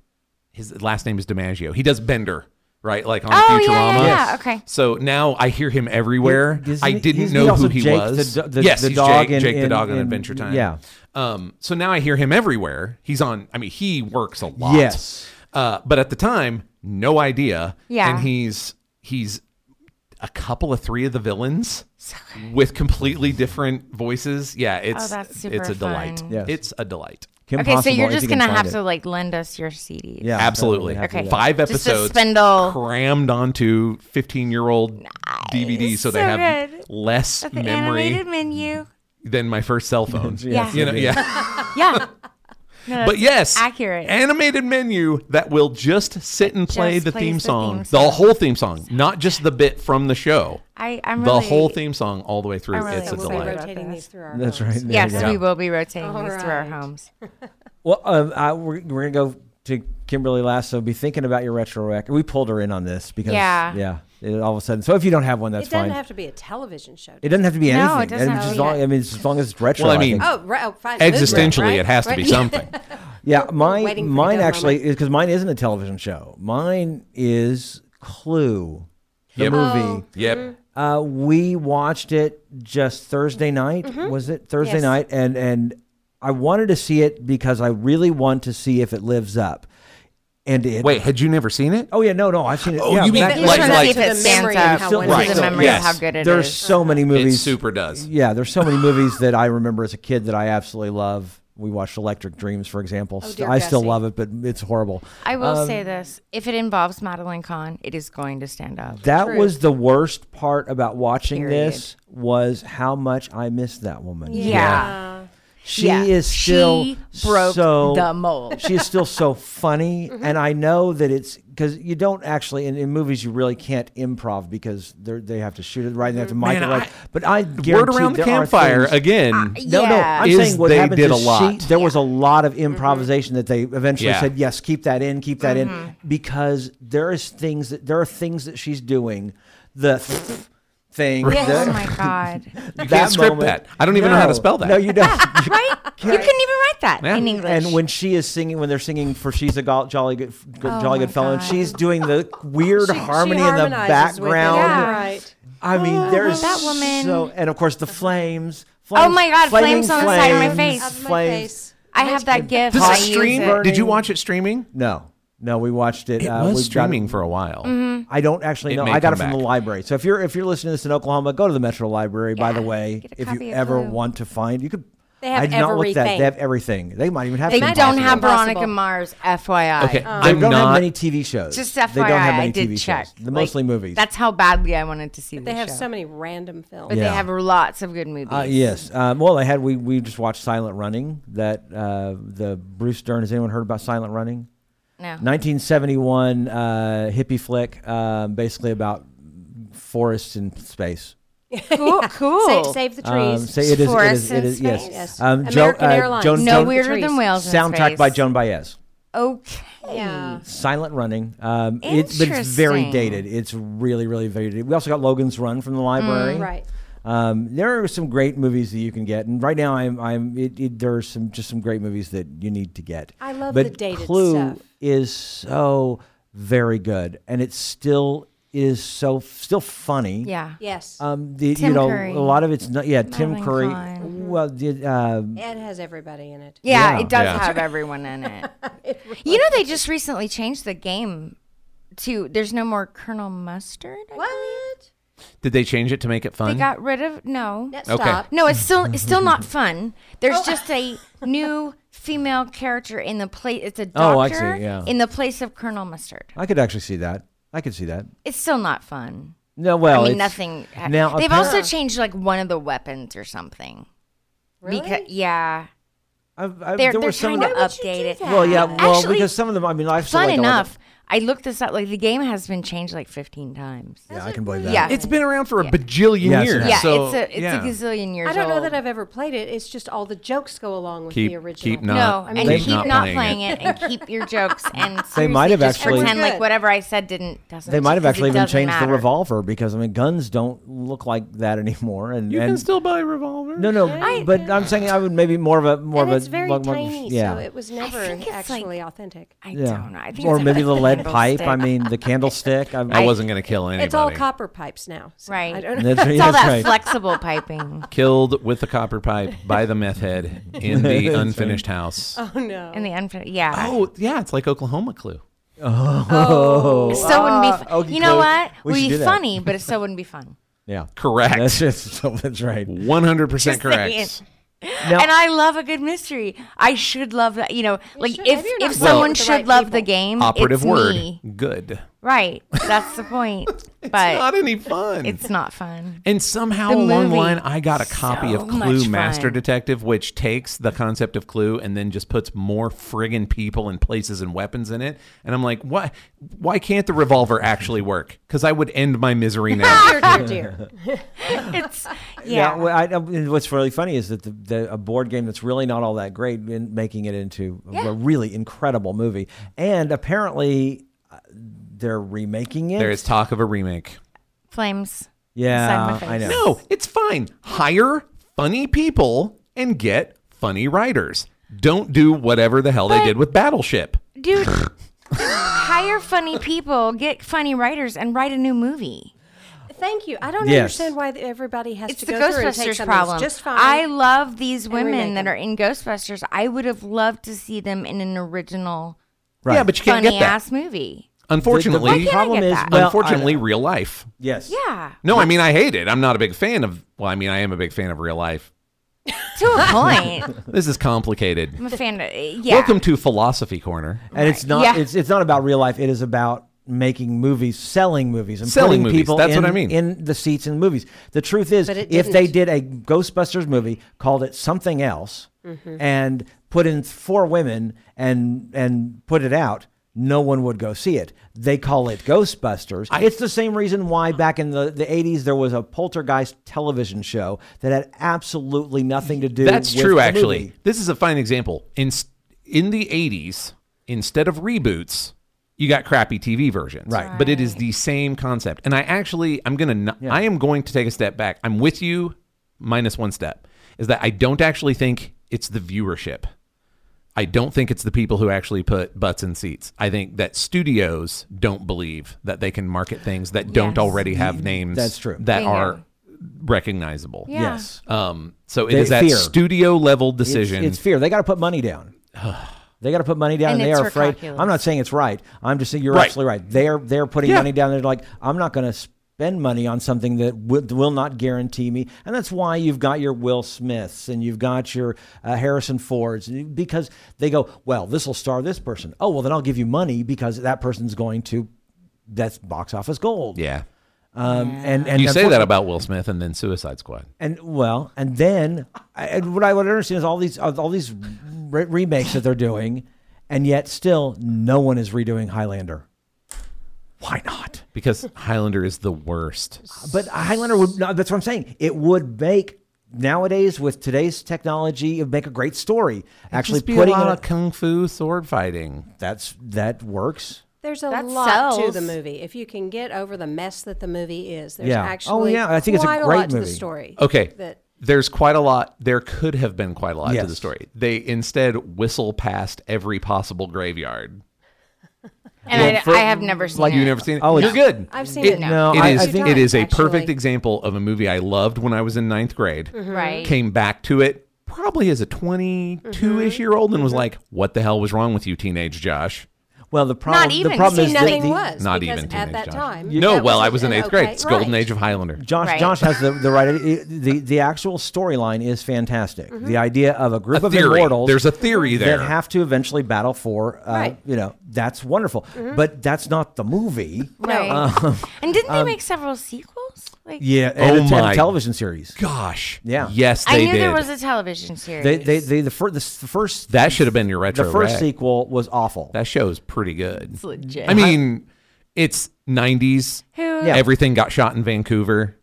D: his last name is DiMaggio. He does Bender, right? Like on
B: oh yeah,
D: Futurama.
B: yeah, yeah.
A: Yes.
B: Okay.
D: So now I hear him everywhere.
A: Isn't
D: I
A: he-
D: didn't
A: he's- he's
D: know
A: also
D: who he
A: Jake
D: was.
A: the do- the-
D: yes,
A: the
D: he's
A: dog
D: Jake,
A: in-
D: Jake the
A: in-
D: dog on
A: in-
D: Adventure Time.
A: yeah.
D: Um, so now I hear him everywhere. He's on. I mean, he works a lot.
A: Yes.
D: Uh, but at the time, no idea.
B: Yeah.
D: And he's he's a couple of three of the villains with completely different voices. Yeah, it's
B: Oh, that's super
D: it's a delight.
B: fun.
A: Yes.
D: It's a delight.
A: Kim
B: Okay, so
A: Possible,
B: you're
A: if
B: just
A: you can
B: gonna
A: find
B: have
A: it.
B: to like lend us your CDs.
A: Yeah,
D: Absolutely.
A: have to
B: Okay.
A: do that.
D: Five
B: Just a
D: episodes
B: spindle.
D: crammed onto 15-year-old DVDs so, they
B: So
D: have
B: good.
D: less
B: With the
D: memory
B: animated menu.
D: than my first cell phone.
A: Yes,
D: You know, yeah.
B: Yeah. No,
D: But
B: that's
D: yes,
B: accurate.
D: animated menu that will just sit and play
B: Just
D: the
B: plays
D: theme
B: the
D: song,
B: theme
D: the
B: song.
D: whole theme song, not just the bit from the show.
B: I, I'm
D: the
B: really,
D: whole theme song all the way through.
B: I'm really
D: it's a
B: excited.
D: delight.
H: rotating these through our
A: That's
H: phones.
A: right. There you
B: Yes,
A: go.
B: we will be rotating these through our
H: right.
B: homes.
A: Well, um, I, we're, we're gonna go to Kimberly last. So be thinking about your retro rec. We pulled her in on this because
B: Yeah.
A: it, all of a sudden. So if you don't have one, that's
H: It doesn't
A: fine.
H: have to be a television show.
A: it doesn't have to be
B: No, it
A: anything.
B: doesn't
A: I mean,
B: have
A: just
B: to be
A: long, I mean, it's as long as it's retro.
D: Well, I
A: I
D: mean-
A: think.
H: Oh, right. Oh, fine. Movement,
D: Existentially,
H: right?
D: it has to be
H: Right.
D: something.
A: yeah, my
H: waiting for the
A: mine
H: dumb
A: actually
H: moment.
A: is because mine isn't a television show. Mine is Clue, the
D: Yep.
B: Oh.
A: movie.
D: Yep.
B: Mm-hmm.
A: Uh, we watched it just Thursday night. Was it Thursday
H: Yes.
A: night? And and I wanted to see it because I really want to see if it lives up. And it.
D: Wait, had you never seen it?
A: Oh yeah, no, no, I've seen it.
D: Oh,
A: yeah,
D: you mean
A: back-
H: But
D: Like-
H: listen
D: like-
H: to the
B: Stands
H: memory
B: up.
H: and how
A: Still-
H: one
A: Right.
B: To the
H: is
A: So-
B: memory
D: yes.
B: of how good it is.
A: There's so many movies.
D: It super does.
A: Yeah, there's so many movies that I remember as a kid that I absolutely love. We watched Electric Dreams, for example.
H: dear
A: I still
H: Gussie.
A: love it, but it's horrible.
B: I will say this: if it involves Madeline Kahn, it is going to stand up.
A: That was the worst part about watching
B: Period.
A: this was how much I missed that woman.
B: yeah.
A: She
B: Yeah.
A: is still
B: She broke
A: so,
B: the mold. Mm-hmm.
A: she is still so funny, and I know that it's because you don't actually in, in movies you really can't improv because they they have to shoot it right and they have to
B: Mm-hmm.
A: mic
D: Man,
A: it right.
D: I-
A: But I
D: Word
A: guarantee
D: around the
A: there are
D: campfire
A: things-
D: again.
A: No, no.
B: Yeah. Mm-hmm.
A: I'm
D: Is
A: saying what
D: they
A: happened
D: did
A: is
D: a lot.
A: She, there was a lot of improvisation that they eventually
D: Yeah.
A: said, "Yes, keep that in, keep that in,"
B: Mm-hmm.
A: because there is things that there are things that she's doing, the thing.
B: Oh
A: that-
B: my god!
A: that
D: can't script
A: moment-
D: that. I don't even know how to
A: No.
D: spell that.
A: No, you don't.
B: right? You couldn't even write that
D: Yeah.
B: in English.
A: And when she is singing, when they're singing for "She's a Go- Jolly Good, Good Jolly
B: Oh my
A: Good Fellow," and
B: God.
A: she's doing the weird
H: She- she
A: harmony in the
H: harmonizes with it.
A: background.
B: Yeah. Oh,
H: Right.
A: I mean, there's
B: that woman.
A: So, and of course, the flames.
B: Oh my God,
A: flaming
B: flames on the side of my
A: flames,
B: face.
H: Out of my
A: flames.
H: face.
B: I have that gift.
D: Does
B: I
D: it
B: use
D: stream?
B: it.
D: Did you watch it streaming?
A: No. No, we watched it.
D: It
A: uh,
D: was
A: we got
D: streaming for a while.
B: Mm-hmm. Mm.
A: I don't actually
D: It
A: know.
D: may
A: I got it
D: come
A: from the
D: back.
A: library. So if you're if you're listening to this in Oklahoma, go to the Metro Library. By the
B: Yeah,
A: way,
B: get a
A: if
B: copy
A: you
B: of
A: ever
B: Clue.
A: want to find, you could.
H: They have
A: I did not look that.
H: everything.
A: They have everything. They might even have.
B: They
A: Kim
B: don't
A: Possible.
B: have Veronica
H: Impossible.
B: Mars, FYI.
D: Okay,
A: They
D: I'm
A: don't have
D: not.
A: many TV shows.
B: Just
A: They
B: FYI,
A: don't have many
B: I did
A: TV
B: check.
A: shows. They're mostly
B: Like,
A: movies.
B: That's how badly I wanted to see.
H: They
B: the
H: have
B: show.
H: so many random films.
B: But
A: Yeah.
B: they have lots of good movies.
A: Uh, yes. Um, well, I had we we just watched Silent Running. That uh, the Bruce Dern. Has anyone heard about Silent Running?
B: No.
A: 1971 uh, hippie flick, uh, basically about forests in space.
B: Cool. cool.
H: Save, save the
A: Um,
H: trees.
A: say it is. It
B: Forests
A: is. It
B: in
A: is. Yes.
B: space?
H: Yes.
A: Um,
H: American Airlines.
A: Joan,
B: no
A: Joan-
B: weirder
H: trees.
B: than whales. in
A: Soundtrack
B: space.
A: by Joan Baez.
B: Okay.
H: yeah.
A: Silent Running. Um, it's, but it's very
B: Interesting.
A: dated. It's really, really very dated. We also got Logan's Run from the
B: Mm,
A: library.
H: Right.
A: Um, there are some great movies that you can get, and right now I'm, I'm. It, it, there are some just some great movies that you need to get.
H: I love
A: but
H: the dated
A: Clue
H: stuff.
A: is so very good, and it still is so still funny.
B: Yeah.
H: Yes.
A: Um, the, you
B: Tim
A: know,
B: Curry.
A: a lot of it's not. Yeah, Tim
B: Madeline
A: Curry.
B: Kahn.
A: Well, the, uh,
H: it has everybody in it.
B: Yeah,
A: Yeah.
B: it does
D: Yeah.
B: have everyone in it. you know, they just recently changed the game to there's no more Colonel Mustard. I
H: What?
D: Did they change it to make it
B: They
D: fun?
B: got rid of no.
H: That
D: Okay.
H: stop.
B: No, it's still it's still not fun. There's
H: Oh.
B: just a new female character in the place. It's a doctor
A: Oh, I see, yeah.
B: in the place of Colonel Mustard.
A: I could actually see that. I could see that.
B: It's still not fun.
A: No, well,
B: I mean,
A: it's-
B: nothing. ha-
A: now
B: They've
A: appar-
B: also changed like one of the weapons or something.
H: Really?
B: Because yeah,
A: I, I,
B: they're
A: Uh, there
B: they're
A: were some
B: trying
A: of
B: to
A: the-
B: update it.
A: Well, yeah, well,
B: Actually,
A: because some of them. I mean, I've still
B: Fun
A: liked all of
B: enough.
A: them.
B: I looked this up. Like the game has been changed like 15 times.
A: Yeah, I can believe that.
B: Yeah.
D: It's been around for a bajillion
A: Yes, it
D: years.
A: has.
B: Yeah,
D: so,
B: it's a it's
D: yeah.
B: a gazillion years.
H: I don't know
B: old.
H: that I've ever played it. It's just all the jokes go along with the
D: keep,
H: original.
D: keep not.
B: No,
H: I
B: and
H: mean,
D: keep
B: keep not, playing, it. and keep your jokes. And seriously,
A: might have
B: just
A: actually-
B: pretend
H: We're good.
B: like whatever I said didn't. Doesn't
A: They might have
B: 'cause
A: actually
B: it
A: even
B: doesn't
A: changed
B: matter.
A: the revolver because I mean, guns don't look like that anymore. And
D: You
A: and,
D: can still buy revolver.
A: no, no, but I'm saying I would maybe more of a more
H: And
A: of a
H: it's very
A: like more-
H: tiny,
A: yeah.
H: so it was never
B: think it's
H: actually authentic.
B: I
A: yeah.
B: don't know. I think
A: or
B: it's
A: maybe
B: like
A: the
B: a
A: lead
B: candle
A: pipe.
B: stick.
A: I mean, the candlestick. I'm,
D: I wasn't gonna kill anybody.
H: It's all copper pipes now. so
B: Right.
H: I don't know.
A: That's,
B: It's
A: that's
B: all that
A: right.
B: flexible piping
D: Killed with a copper pipe by the meth head in the unfinished house.
B: Uh-huh.
H: Oh, no.
B: and the unfit. Yeah.
D: Oh yeah, it's like Oklahoma Clue.
B: It still wouldn't
H: Ah,
B: be. Fu-
A: okey
B: you know
A: doke.
B: what?
A: We
B: Would
A: should
B: be
A: do that.
B: funny, but it still wouldn't be fun.
A: Yeah,
D: Correct.
A: that's just so that's right.
D: One hundred percent
B: Just
D: correct.
B: saying.
A: Now-
B: and I love a good mystery. I should love that. You know, like
H: should.
B: if
H: Maybe you're not
B: if
H: with
B: someone
H: the
B: should
H: right
B: love
H: people.
B: the game,
D: Operative
B: it's
D: word.
B: me.
D: Good.
B: Right. That's the point. but
D: it's not any fun.
B: it's not fun.
D: and somehow
B: the
D: along the
B: movie,
D: line, I got a copy
B: so
D: of
B: much
D: Clue
B: fun.
D: Master Detective, which takes the concept of Clue and then just puts more friggin' people and places and weapons in it. And I'm like, why? Why can't the revolver actually work? Because I would end my misery now.
H: Dear, dear, dear.
B: It's
A: Yeah.
B: yeah.
A: well, I, I- and what's really funny is that the, the, a board game that's really not all that great in making it into a- a really incredible movie, and apparently uh, they're remaking it.
D: there is talk of a remake.
B: Flames.
A: yeah,
B: Inside my
A: I know.
B: face.
D: No, it's fine. Hire funny people and get funny writers. Don't do whatever the hell they did with Battleship.
B: Dude, hire funny people, get funny writers, and write a new movie.
H: Thank you. I don't
A: Yes.
H: understand why everybody has
B: It's
H: to
B: the
H: go through and take
B: Ghostbusters
H: something
B: problem.
H: that's just fine.
B: I love these women
H: remake
B: that
H: them.
B: are in Ghostbusters. I would have loved to see them in an original
A: Right.
D: Yeah, but you can't
B: funny
D: get that.
B: ass movie.
A: The-
D: Unfortunately,
A: the problem
B: get
A: is,
B: that?
A: well, I-
D: unfortunately, real life.
A: yes,
B: Yeah.
D: No, I mean I hate it. I'm not a big fan of. Well, I mean I am a big fan of real life.
B: To a point.
D: This is complicated.
B: I'm a fan of yeah.
D: Welcome to philosophy corner.
A: and it's not.
B: Yeah.
A: It's it's not about real life. It is about making movies, selling movies, and putting
D: Selling movies,
A: people.
D: that's what
A: in-
D: I mean.
A: In the seats in movies. The truth is,
H: it
A: if they
H: didn't.
A: did a Ghostbusters movie called it something else,
B: Mm-hmm.
A: and put in four women and and put it out. No one would go see it. They call it Ghostbusters. it's the same reason why back in the, the 80s there was a poltergeist television show that had absolutely nothing to do
D: That's
A: with
D: true.
A: the
D: Actually,
A: movie.
D: this is a fine example. In in the 80s, instead of reboots, you got crappy TV versions.
A: Right.
D: But it is the same concept. And I actually, I'm gonna, n I I am going to take a step back. I'm with you, minus one step. Is that I don't actually think it's the viewership. I don't think it's the people who actually put butts in seats. I think that studios don't believe that they can market things that don't
B: Yes.
D: already have names.
A: That's true.
D: That
B: Bingo.
D: are recognizable.
B: Yeah.
A: Yes.
D: Um, so it
A: They
D: is that
A: fear.
D: studio level
A: It's,
D: decision.
A: it's fear. They got to put money down. They got to put money down, and,
B: And
A: they
B: it's
A: are afraid.
B: ridiculous.
A: I'm not saying it's right. I'm just saying you're
D: Right.
A: absolutely right. They're they're putting
D: Yeah.
A: money down. They're like, I'm not going to spend money on something that will, will not guarantee me. And that's why you've got your Will Smiths and you've got your uh, Harrison Fords because they go, well, this will star this person. Oh, well, then I'll give you money because that person's going to. That's box office gold.
D: Yeah.
A: Um, and and
D: You say that
A: unfortunately-
D: about Will Smith and then Suicide Squad.
A: and well, and then I, and what I would understand is all these all these re- remakes that they're doing, and yet still no one is redoing Highlander. Why not?
D: Because Highlander is the worst.
A: But Highlander would. No, that's what I'm saying. It would make nowadays with today's technology, it would make a great story. Actually,
D: Just be
A: putting
D: a lot
A: it-
D: of kung fu sword fighting.
A: that's that works.
H: There's a
B: That
H: lot to
B: sells.
H: the movie. If you can get over the mess that the movie is, there's
A: Yeah. Oh,
H: actually
A: yeah, I think it's a
H: quite
A: great
H: lot to
A: movie.
H: the story.
D: Okay.
H: That
D: There's quite a lot. There could have been quite a lot to
A: Yes.
D: the story. They instead whistle past every possible graveyard.
B: And I,
D: For-
B: I have never seen
D: like
B: it.
D: you've never seen it.
A: Oh,
D: you're
A: it's-
D: good.
H: I've seen
D: It-
H: it.
A: No,
D: It
A: I,
D: is-
A: I
H: two
A: think
D: it is a
H: actually.
D: perfect example of a movie I loved when I was in ninth grade.
H: Mm-hmm.
B: Right.
D: Came back to it probably as a 22 ish year old
H: Mm-hmm.
D: and was like, "What the hell was wrong with you, teenage Josh?"
A: well the problem.
B: even
A: the problem
B: seen
A: is that
H: nothing
A: the-
H: was
D: Not
H: because
D: even teenage
H: at that
D: Josh.
H: time.
D: no,
H: that
D: well, I was in
H: an
D: eighth
H: okay-
D: grade. It's golden
H: right.
D: age of Highlander.
A: Josh,
B: Right.
A: Josh has the, the right idea. The, the actual storyline is fantastic.
B: Mm-hmm.
A: The idea of a group
D: A
A: of
D: theory.
A: immortals.
D: There's a theory there.
A: That have to eventually battle for, uh,
H: Right.
A: you know, that's wonderful.
B: Mm-hmm.
A: But that's not the movie.
B: Right.
D: Um,
B: and didn't they make several sequels? Like
A: Yeah.
D: Oh
A: And a, and a
D: my
A: television series.
D: Gosh.
A: Yeah.
D: Yes,
B: I
D: they
B: knew
D: did.
B: there was a television series.
A: They, they, they, the, fir- the s- the first,
D: that should have been your retro.
A: the first
D: rec.
A: sequel was awful.
D: That show's pretty good.
B: it's legit.
D: I mean, it's 90s.
B: who
A: Yeah.
D: Everything got shot in Vancouver.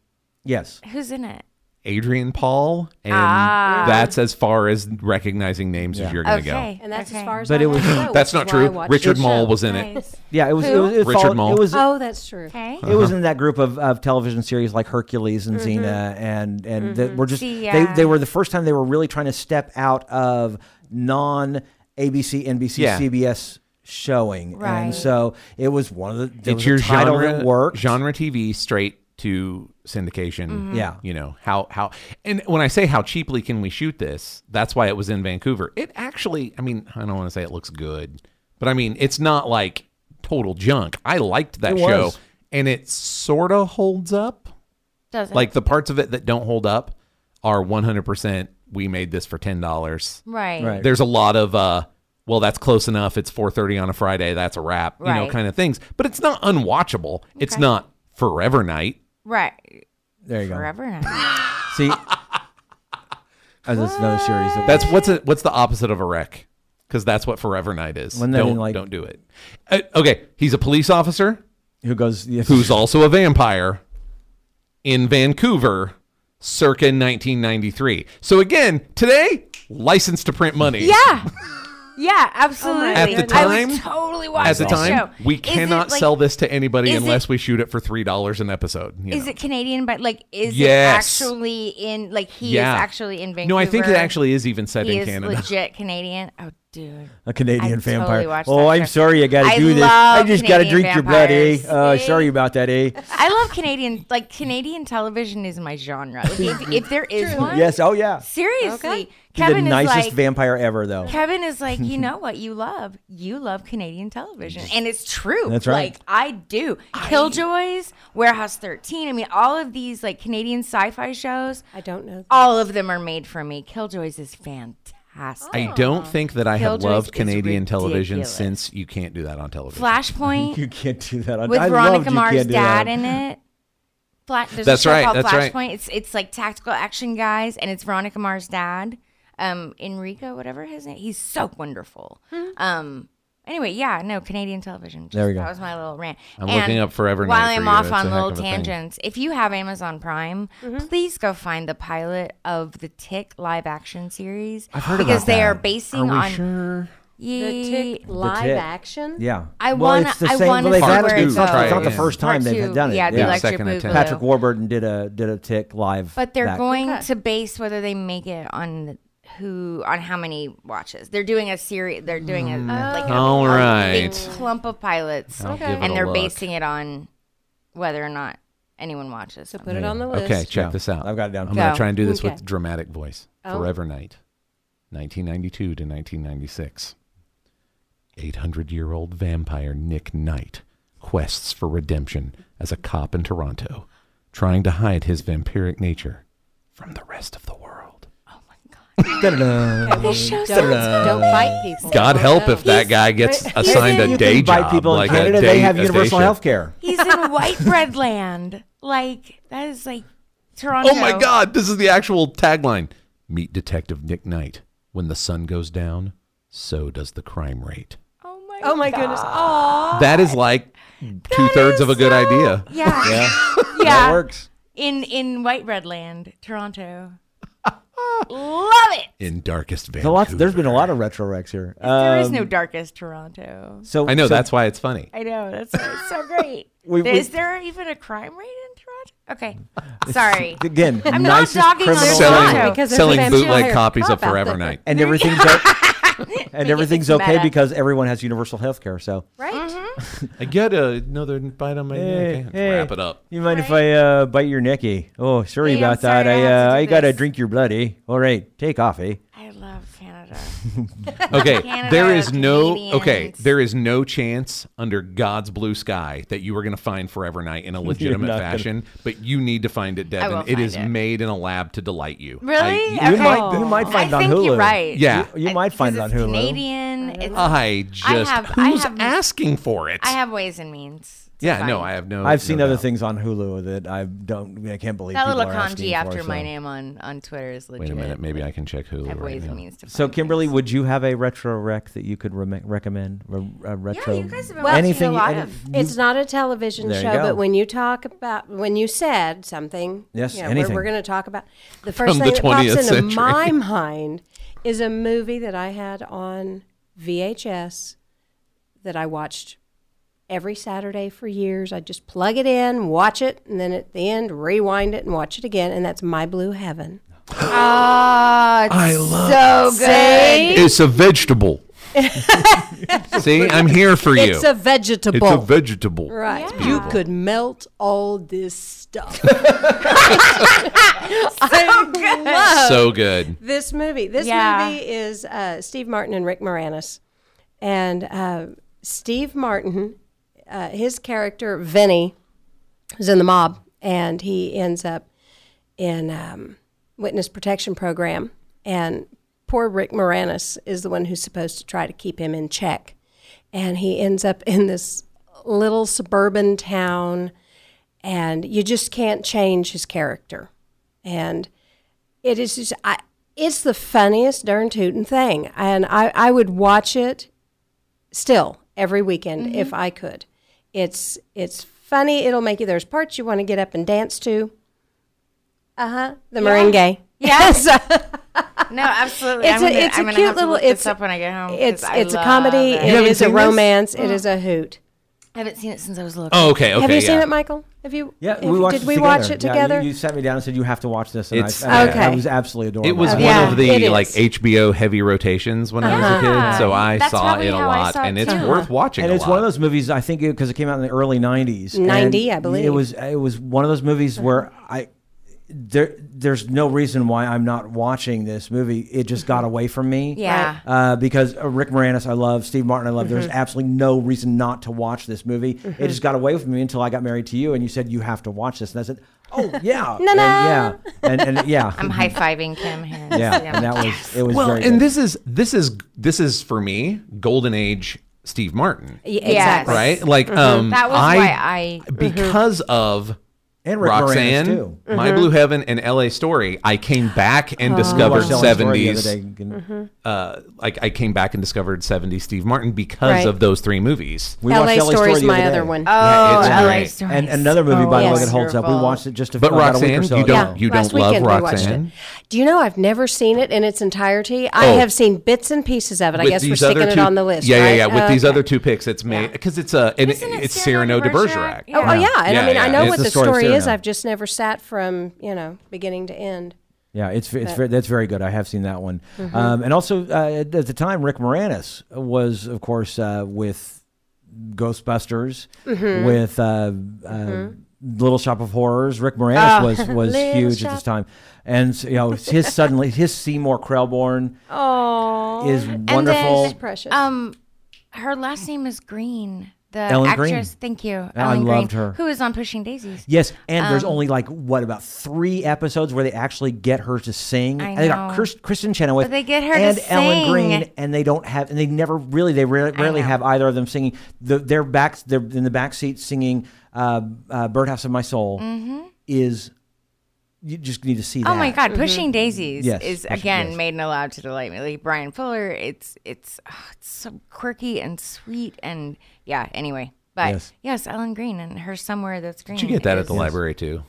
A: yes.
B: who's in it?
D: Adrian Paul, and
H: Ah.
D: that's as far as recognizing names as you're going to
B: Okay.
H: And that's
B: okay.
H: as far as
A: But
H: I
A: it was-
H: wanna go,
D: go.
H: which
D: That's
H: is
D: not
H: why I
D: true.
H: watched
D: Richard
H: the
D: Mall
H: show.
D: was in it.
B: Nice.
A: Yeah. It was, it
B: Who? Uh-huh.
A: was, it
D: Richard
A: followed-
D: Mall.
A: It was,
H: Oh, that's true.
B: Okay.
A: It was in that group of, of television series like Hercules and Xena, and and that were just
B: Mm-hmm. See,
A: they
B: yeah.
A: they were the first time they were really trying to step out of non ABC, NBC,
D: Yeah.
A: CBS showing,
B: Right.
A: and so it was one of the there was
D: It's your
A: a title
D: genre
A: that worked.
D: genre TV straight to syndication.
A: Yeah.
D: you know how how and when I say how cheaply can we shoot this, that's why it was in Vancouver. It actually, I mean, I don't want to say it looks good, but I mean it's not like total junk. I liked that
A: It
D: show,
A: was.
D: and it sort of holds up.
B: Doesn't
D: Like the parts of it that don't hold up are 100. percent We made this for ten dollars.
B: right.
A: Right.
D: there's a lot of uh well that's close enough it's 4.30 on a friday that's a wrap you know
B: Right.
D: kind of things but it's not unwatchable it's not forever night
B: Right.
A: There you go.
B: Forever now.
A: See, oh, that's another series. That
D: that's what's a, what's the opposite of a wreck because that's what forever night is
A: Wasn't that
D: don't,
A: in, like-
D: don't do it Uh, okay he's a police officer
A: who goes
D: who's also a vampire in vancouver circa 1993 so again today license to print money
B: Yeah. Yeah, absolutely.
D: At the
B: I
D: time-
B: would totally watch
D: at the
B: that
D: time
B: show.
D: we
B: Is it,
D: cannot
B: like-
D: sell this to anybody
B: is it-
D: unless we shoot it for three dollars an episode you
B: Is
D: know?
B: it Canadian? But like, is
D: Yes.
B: it actually in? Like, he
D: Yeah.
B: is actually in Vancouver.
D: No, I think it actually is even set
B: He
D: in
B: is
D: Canada.
B: legit Canadian. Oh, dude.
A: a Canadian
B: I
A: vampire.
B: totally watched
A: oh,
B: that
A: I'm
B: show.
A: sorry, I got to
B: I
A: do this. I
B: love
A: just got to
B: Canadian
A: drink your
B: vampires.
A: blood, eh? Uh,
B: See?
A: sorry about that, eh?
B: I love Canadian. Like Canadian television is my genre. Like, if, if there is one,
A: Yes. Oh yeah.
B: Seriously,
A: He's
B: Kevin
A: the
B: is
A: nicest
B: like.
A: vampire ever, though.
B: Kevin is like, you know what you love? You love Canadian television. And it's true.
A: That's right.
B: Like, I do. Killjoys, Warehouse 13. I mean, all of these, like, Canadian sci fi shows,
H: I don't know.
B: all of them are made for me. Killjoys is fantastic.
D: I don't think that I have
B: Killjoys
D: loved
B: is
D: Canadian television
B: ridiculous.
D: since you can't do that on television.
A: You
B: Flashpoint
A: can't do that. I-
B: with
A: I loved
B: Veronica
A: you
B: Mars'
A: can't do that.
B: dad in it. Fla- there's
D: That's
B: a show
D: right,
B: called
D: that's right.
B: Flashpoint. It's it's like tactical action guys, and it's Veronica Mars' dad, um, Enrico, whatever his name. He's so wonderful. Um, anyway, yeah, no Canadian television. Just,
A: There we go.
B: That was my little rant.
D: I'm looking up Forever Night
B: While
D: for
B: I'm
D: you.
B: off
D: It's a
B: on
D: heck
B: little
D: of a thing.
B: tangents, if you have Amazon Prime, please go find the pilot of the Tick live action series I've
D: heard
B: because
D: about
B: they
D: that.
B: are basing
D: Are we
B: on
D: sure?
H: The
B: Ye-
H: tick live
A: tick.
H: action.
A: Yeah.
B: I
A: well,
B: wanna-
A: it's the
B: I
A: same.
B: wanna
A: well, they've
B: see
A: had
B: where
A: it.
B: it
A: It's not, it's not
D: goes.
A: the first time
B: Part
A: they've
B: two,
A: done it.
B: Yeah, the
D: Yeah.
B: electric
D: Second
B: boogaloo.
D: attempt.
A: Patrick Warburton did a did a tick live.
B: But they're
A: back.
B: going
H: Okay.
B: to base whether they make it on who on how many watches. They're doing a series. They're doing a
A: Hmm.
B: like a,
D: All
B: a
D: right.
B: big clump of pilots,
D: I'll give it a
B: and they're
D: look.
B: basing it on whether or not anyone watches.
H: So put it on the list.
D: Okay, check
A: Yeah,
D: this out.
A: I've got it down.
D: I'm going to
B: Go.
D: try and do this
H: Okay.
B: Oh.
D: with dramatic voice.
H: Oh.
D: Forever Night, 1992 to 1996. 800 year old vampire Nick Knight quests for redemption as a cop in Toronto, trying to hide his vampiric nature from the rest of the world.
A: Da-da-da.
H: Don't, don't bite people.
D: God help if that
H: He's-
D: guy gets
H: he's-
D: assigned a
A: You
D: day
A: can bite
D: job.
A: people in
D: like
A: Canada.
D: a day,
A: they have
D: a
A: universal
D: day
A: health
D: shift.
A: care.
B: He's in white bread land. Like that is like Toronto.
D: Oh my God! This is the actual tagline. Meet Detective Nick Knight. When the sun goes down, so does the crime rate.
B: Oh my.
H: Oh my goodness. Oh,
D: That is like two thirds of a good idea.
B: Yeah. Yeah.
A: That works.
B: In in white bread land, Toronto. Love it.
D: In darkest Vancouver.
A: There's a lot- there's been a lot of retro wrecks here.
B: There is
A: Um,
B: no darkest Toronto.
A: So
D: I know
A: so
D: that's why it's funny.
B: I know that's why it's so great.
A: We- we-
B: is there even a crime rate in Toronto? Okay, sorry.
A: again.
B: I'm not
A: nicest
B: dogging on
A: criminal-
B: There's Toronto.
D: selling
B: a lot.
H: Because there's a
D: selling
H: fancy
D: bootleg
H: hired
D: copies of
H: cop out
D: Forever
H: there.
D: Night.
A: and everything's o- and everything's okay
B: meta.
A: because everyone has universal health care. So
H: right?
D: I get another bite on my
A: Hey,
D: neck.
A: hey.
D: Wrap it up.
A: you mind if I uh, bite your necky? Oh, sorry
B: Hey, I'm
A: about that.
B: sorry, I
A: I uh,
B: have to do
A: I gotta
B: this.
A: drink your blood. Eh? All right, take off. Eh?
B: I love Canada.
D: Okay,
B: Canada,
D: there is no okay.
B: Canadians.
D: There is no chance under God's blue sky that you are going to find Forever Night in a legitimate
A: not gonna.
D: fashion. But you need to find it, Devin.
B: will
D: It
B: find
D: is
B: it.
D: made in a lab to delight you.
B: Really?
D: I,
A: You
B: Okay.
A: might you might find it
B: I
A: on
B: think
A: Hulu.
B: you're right.
D: yeah.
A: You, you might find it on
B: Because
A: Hulu.
B: it's Canadian. It's,
D: I just
B: have- I
D: who's
B: have-
D: asking for it?
B: I have ways and means. to
D: yeah, no,
B: find
D: I have no.
A: I've seen
D: no
A: other
D: doubt.
A: things on Hulu that I don't. I can't believe
B: That
A: people
B: little
A: are asking
B: kanji after
A: for,
B: my
A: so.
B: name on on Twitter is legit.
D: Wait a minute, maybe I can check Hulu
B: I have
D: right
B: ways
D: now.
B: and means to. Find
A: So, Kimberly,
B: things.
A: would you have a retro rec that you could re- recommend? Re- a retro?
B: you guys have been watching a lot
A: any-
B: of-
A: you-
H: It's not a television
A: There you
H: show,
A: go.
H: but when you talk about when you said something,
A: Yes,
H: you know,
A: anything.
H: we're, we're going to talk about the first
D: From the
H: thing that pops
D: 20th
H: into
D: century.
H: my mind is a movie that I had on VHS that I watched every Saturday for years. I'd just plug it in, watch it, and then at the end rewind it and watch it again, and that's My Blue Heaven. Ah,
D: I love.
B: So good.
D: It's a vegetable. See, I'm here for you.
H: It's a vegetable.
D: It's a vegetable.
H: Right. You could melt all this stuff. I love
D: So good.
H: this movie. This
B: Yeah.
H: movie is uh, Steve Martin and Rick Moranis. And uh, Steve Martin, uh, his character, Vinny, was in the mob and he ends up in um, witness protection program. And poor Rick Moranis is the one who's supposed to try to keep him in check. And he ends up in this little suburban town and you just can't change his character. And it is just I it's the funniest darn tootin' thing. And I, I would watch it still every weekend
B: Mm-hmm.
H: if I could. It's it's funny, it'll make you there's parts you want to get up and dance to. Uh-huh. The merengue. Yes.
B: No, absolutely.
H: It's
B: I'm
H: a-
B: gonna,
H: it's a
B: I'm gonna
H: cute
B: have to
H: little-
B: look this
H: it's-
B: up when I get home. 'cause
H: it's
B: Oh, I
H: it's a
B: love Mm.
H: comedy,
B: It.
H: it
D: haven't
H: is a
D: seen this?
H: romance, it is a hoot.
B: I haven't seen it since I was little.
D: Oh, okay, okay.
H: Have you
D: yeah.
H: seen it, Michael? Have you
A: Yeah,
H: have-
A: we watched
H: did
A: it
H: we
A: together.
H: watch it
A: Yeah, you-
H: together?
A: you, sat me down and said you have to watch this. And
D: It's-
A: I, I, I
H: Okay.
A: was absolutely adorable.
D: It was
A: about
B: Yeah. Uh-huh.
D: one of the
H: It
D: like
H: is.
D: HBO heavy rotations when I was a kid, so I
B: That's
D: saw
B: probably
D: it a
B: how I
D: lot,
B: saw it
D: and it's
B: too.
D: worth watching.
A: And
D: a
A: it's
D: lot.
A: one of those movies I think because it, came out in the early '90s. and
H: 90, I believe.
A: It was it was one of those movies where I there there's no reason why I'm not watching this movie. It just got away from me.
B: Yeah. Right.
A: Uh, because uh, Rick Moranis I love, Steve Martin I love. There's
H: Mm-hmm.
A: absolutely no reason not to watch this movie. It just got away from me until I got married to you and you said you have to watch this and I said, "Oh yeah." and, yeah. And and yeah.
B: I'm high fiving Kim hands.
A: yeah. And that was it was
D: well,
A: very
D: and
A: good.
D: this is this is this is for me golden age Steve Martin,
H: Yeah,
B: Yes. Mm-hmm.
H: exactly.
D: right? Like um,
B: That was
D: I,
B: why I- mm-hmm.
D: because of.
A: and Rick
D: Roxanne,
A: Moranis too.
B: Mm-hmm.
D: My Blue Heaven, and L.A. Story. I came back
B: Oh.
D: and discovered
A: Watched Ellen Story the other
D: seventies.
A: day. You can-
H: Mm-hmm.
D: Uh, like I came back and discovered seventies Steve Martin because
H: Right.
D: of those three movies.
A: We
H: LA
A: watched
H: Story's
A: Story the
H: my
A: other
H: other
A: day.
H: one.
D: Yeah,
B: Oh,
D: it's
B: LA
D: great.
B: stories.
A: And another movie, by the way,
H: yes.
A: that holds up. We
B: Wonderful.
A: watched it just a,
D: But
A: about a week
D: Roxanne,
A: or so
D: you
A: ago.
D: don't you
H: Last
D: don't love
H: weekend we watched
D: Roxanne.
H: it. Do you know I've never seen it in its entirety? I
D: Oh.
H: have seen bits and pieces of it. I
D: with
H: guess we're
D: these other
H: sticking it
D: two-
H: on the list.
D: Yeah,
H: right?
D: yeah, yeah. With these
H: Okay.
D: other two picks, it's made because it's a and
B: Isn't it
D: it's
B: Cyrano
D: Cyrano de
B: de
D: Bergerac.
B: Bergerac?
H: Oh, oh, yeah, and
D: Yeah,
H: I mean,
D: yeah,
H: I know
D: it's
H: what
A: the
H: the,
A: story of
H: story is.
A: Cyrano.
H: I've just never sat from you know beginning to end.
A: Yeah, it's it's very, that's very good. I have seen that one.
B: Mm-hmm.
A: Um, and also uh, at the time, Rick Moranis was, of course, uh, with Ghostbusters,
B: Mm-hmm.
A: with uh, uh, Little Shop of Horrors. Rick
B: Ah,
A: Moranis was was huge at this time, and so, you know his suddenly his Seymour Krelborn
H: Oh,
A: is
B: And then,
A: wonderful.
H: precious.
B: Um, Her last name is Green. The
A: Ellen Green. Oh,
B: actress. Thank you.
A: I
B: Ellen
A: loved
B: Green,
A: her.
B: Who is on Pushing Daisies?
A: Yes, and there's
B: Um,
A: only like what about three episodes where they actually get her to sing.
B: I
A: And they got
B: know.
A: Chris, Kristen Chenoweth
B: But they get her to
A: and Ellen
B: sing.
A: Green, and they don't have, and they never really, they rarely, rarely
B: know.
A: have either of them singing. The, they're back, they're in the back seat singing uh, uh, "Birdhouse of My Soul." Is you just need to see that.
B: Mm-hmm. Oh my
H: Mm-hmm.
B: God, Pushing Daisies
A: Yes,
B: is
A: Pushing
B: again
A: Daisies.
B: made and allowed to delight me. Like Brian Fuller, it's it's ah, it's so quirky and sweet and yeah. Anyway, but
A: Yes.
B: yes, Ellen Green and her somewhere that's green.
D: Did you get that
B: is-
D: at the library too?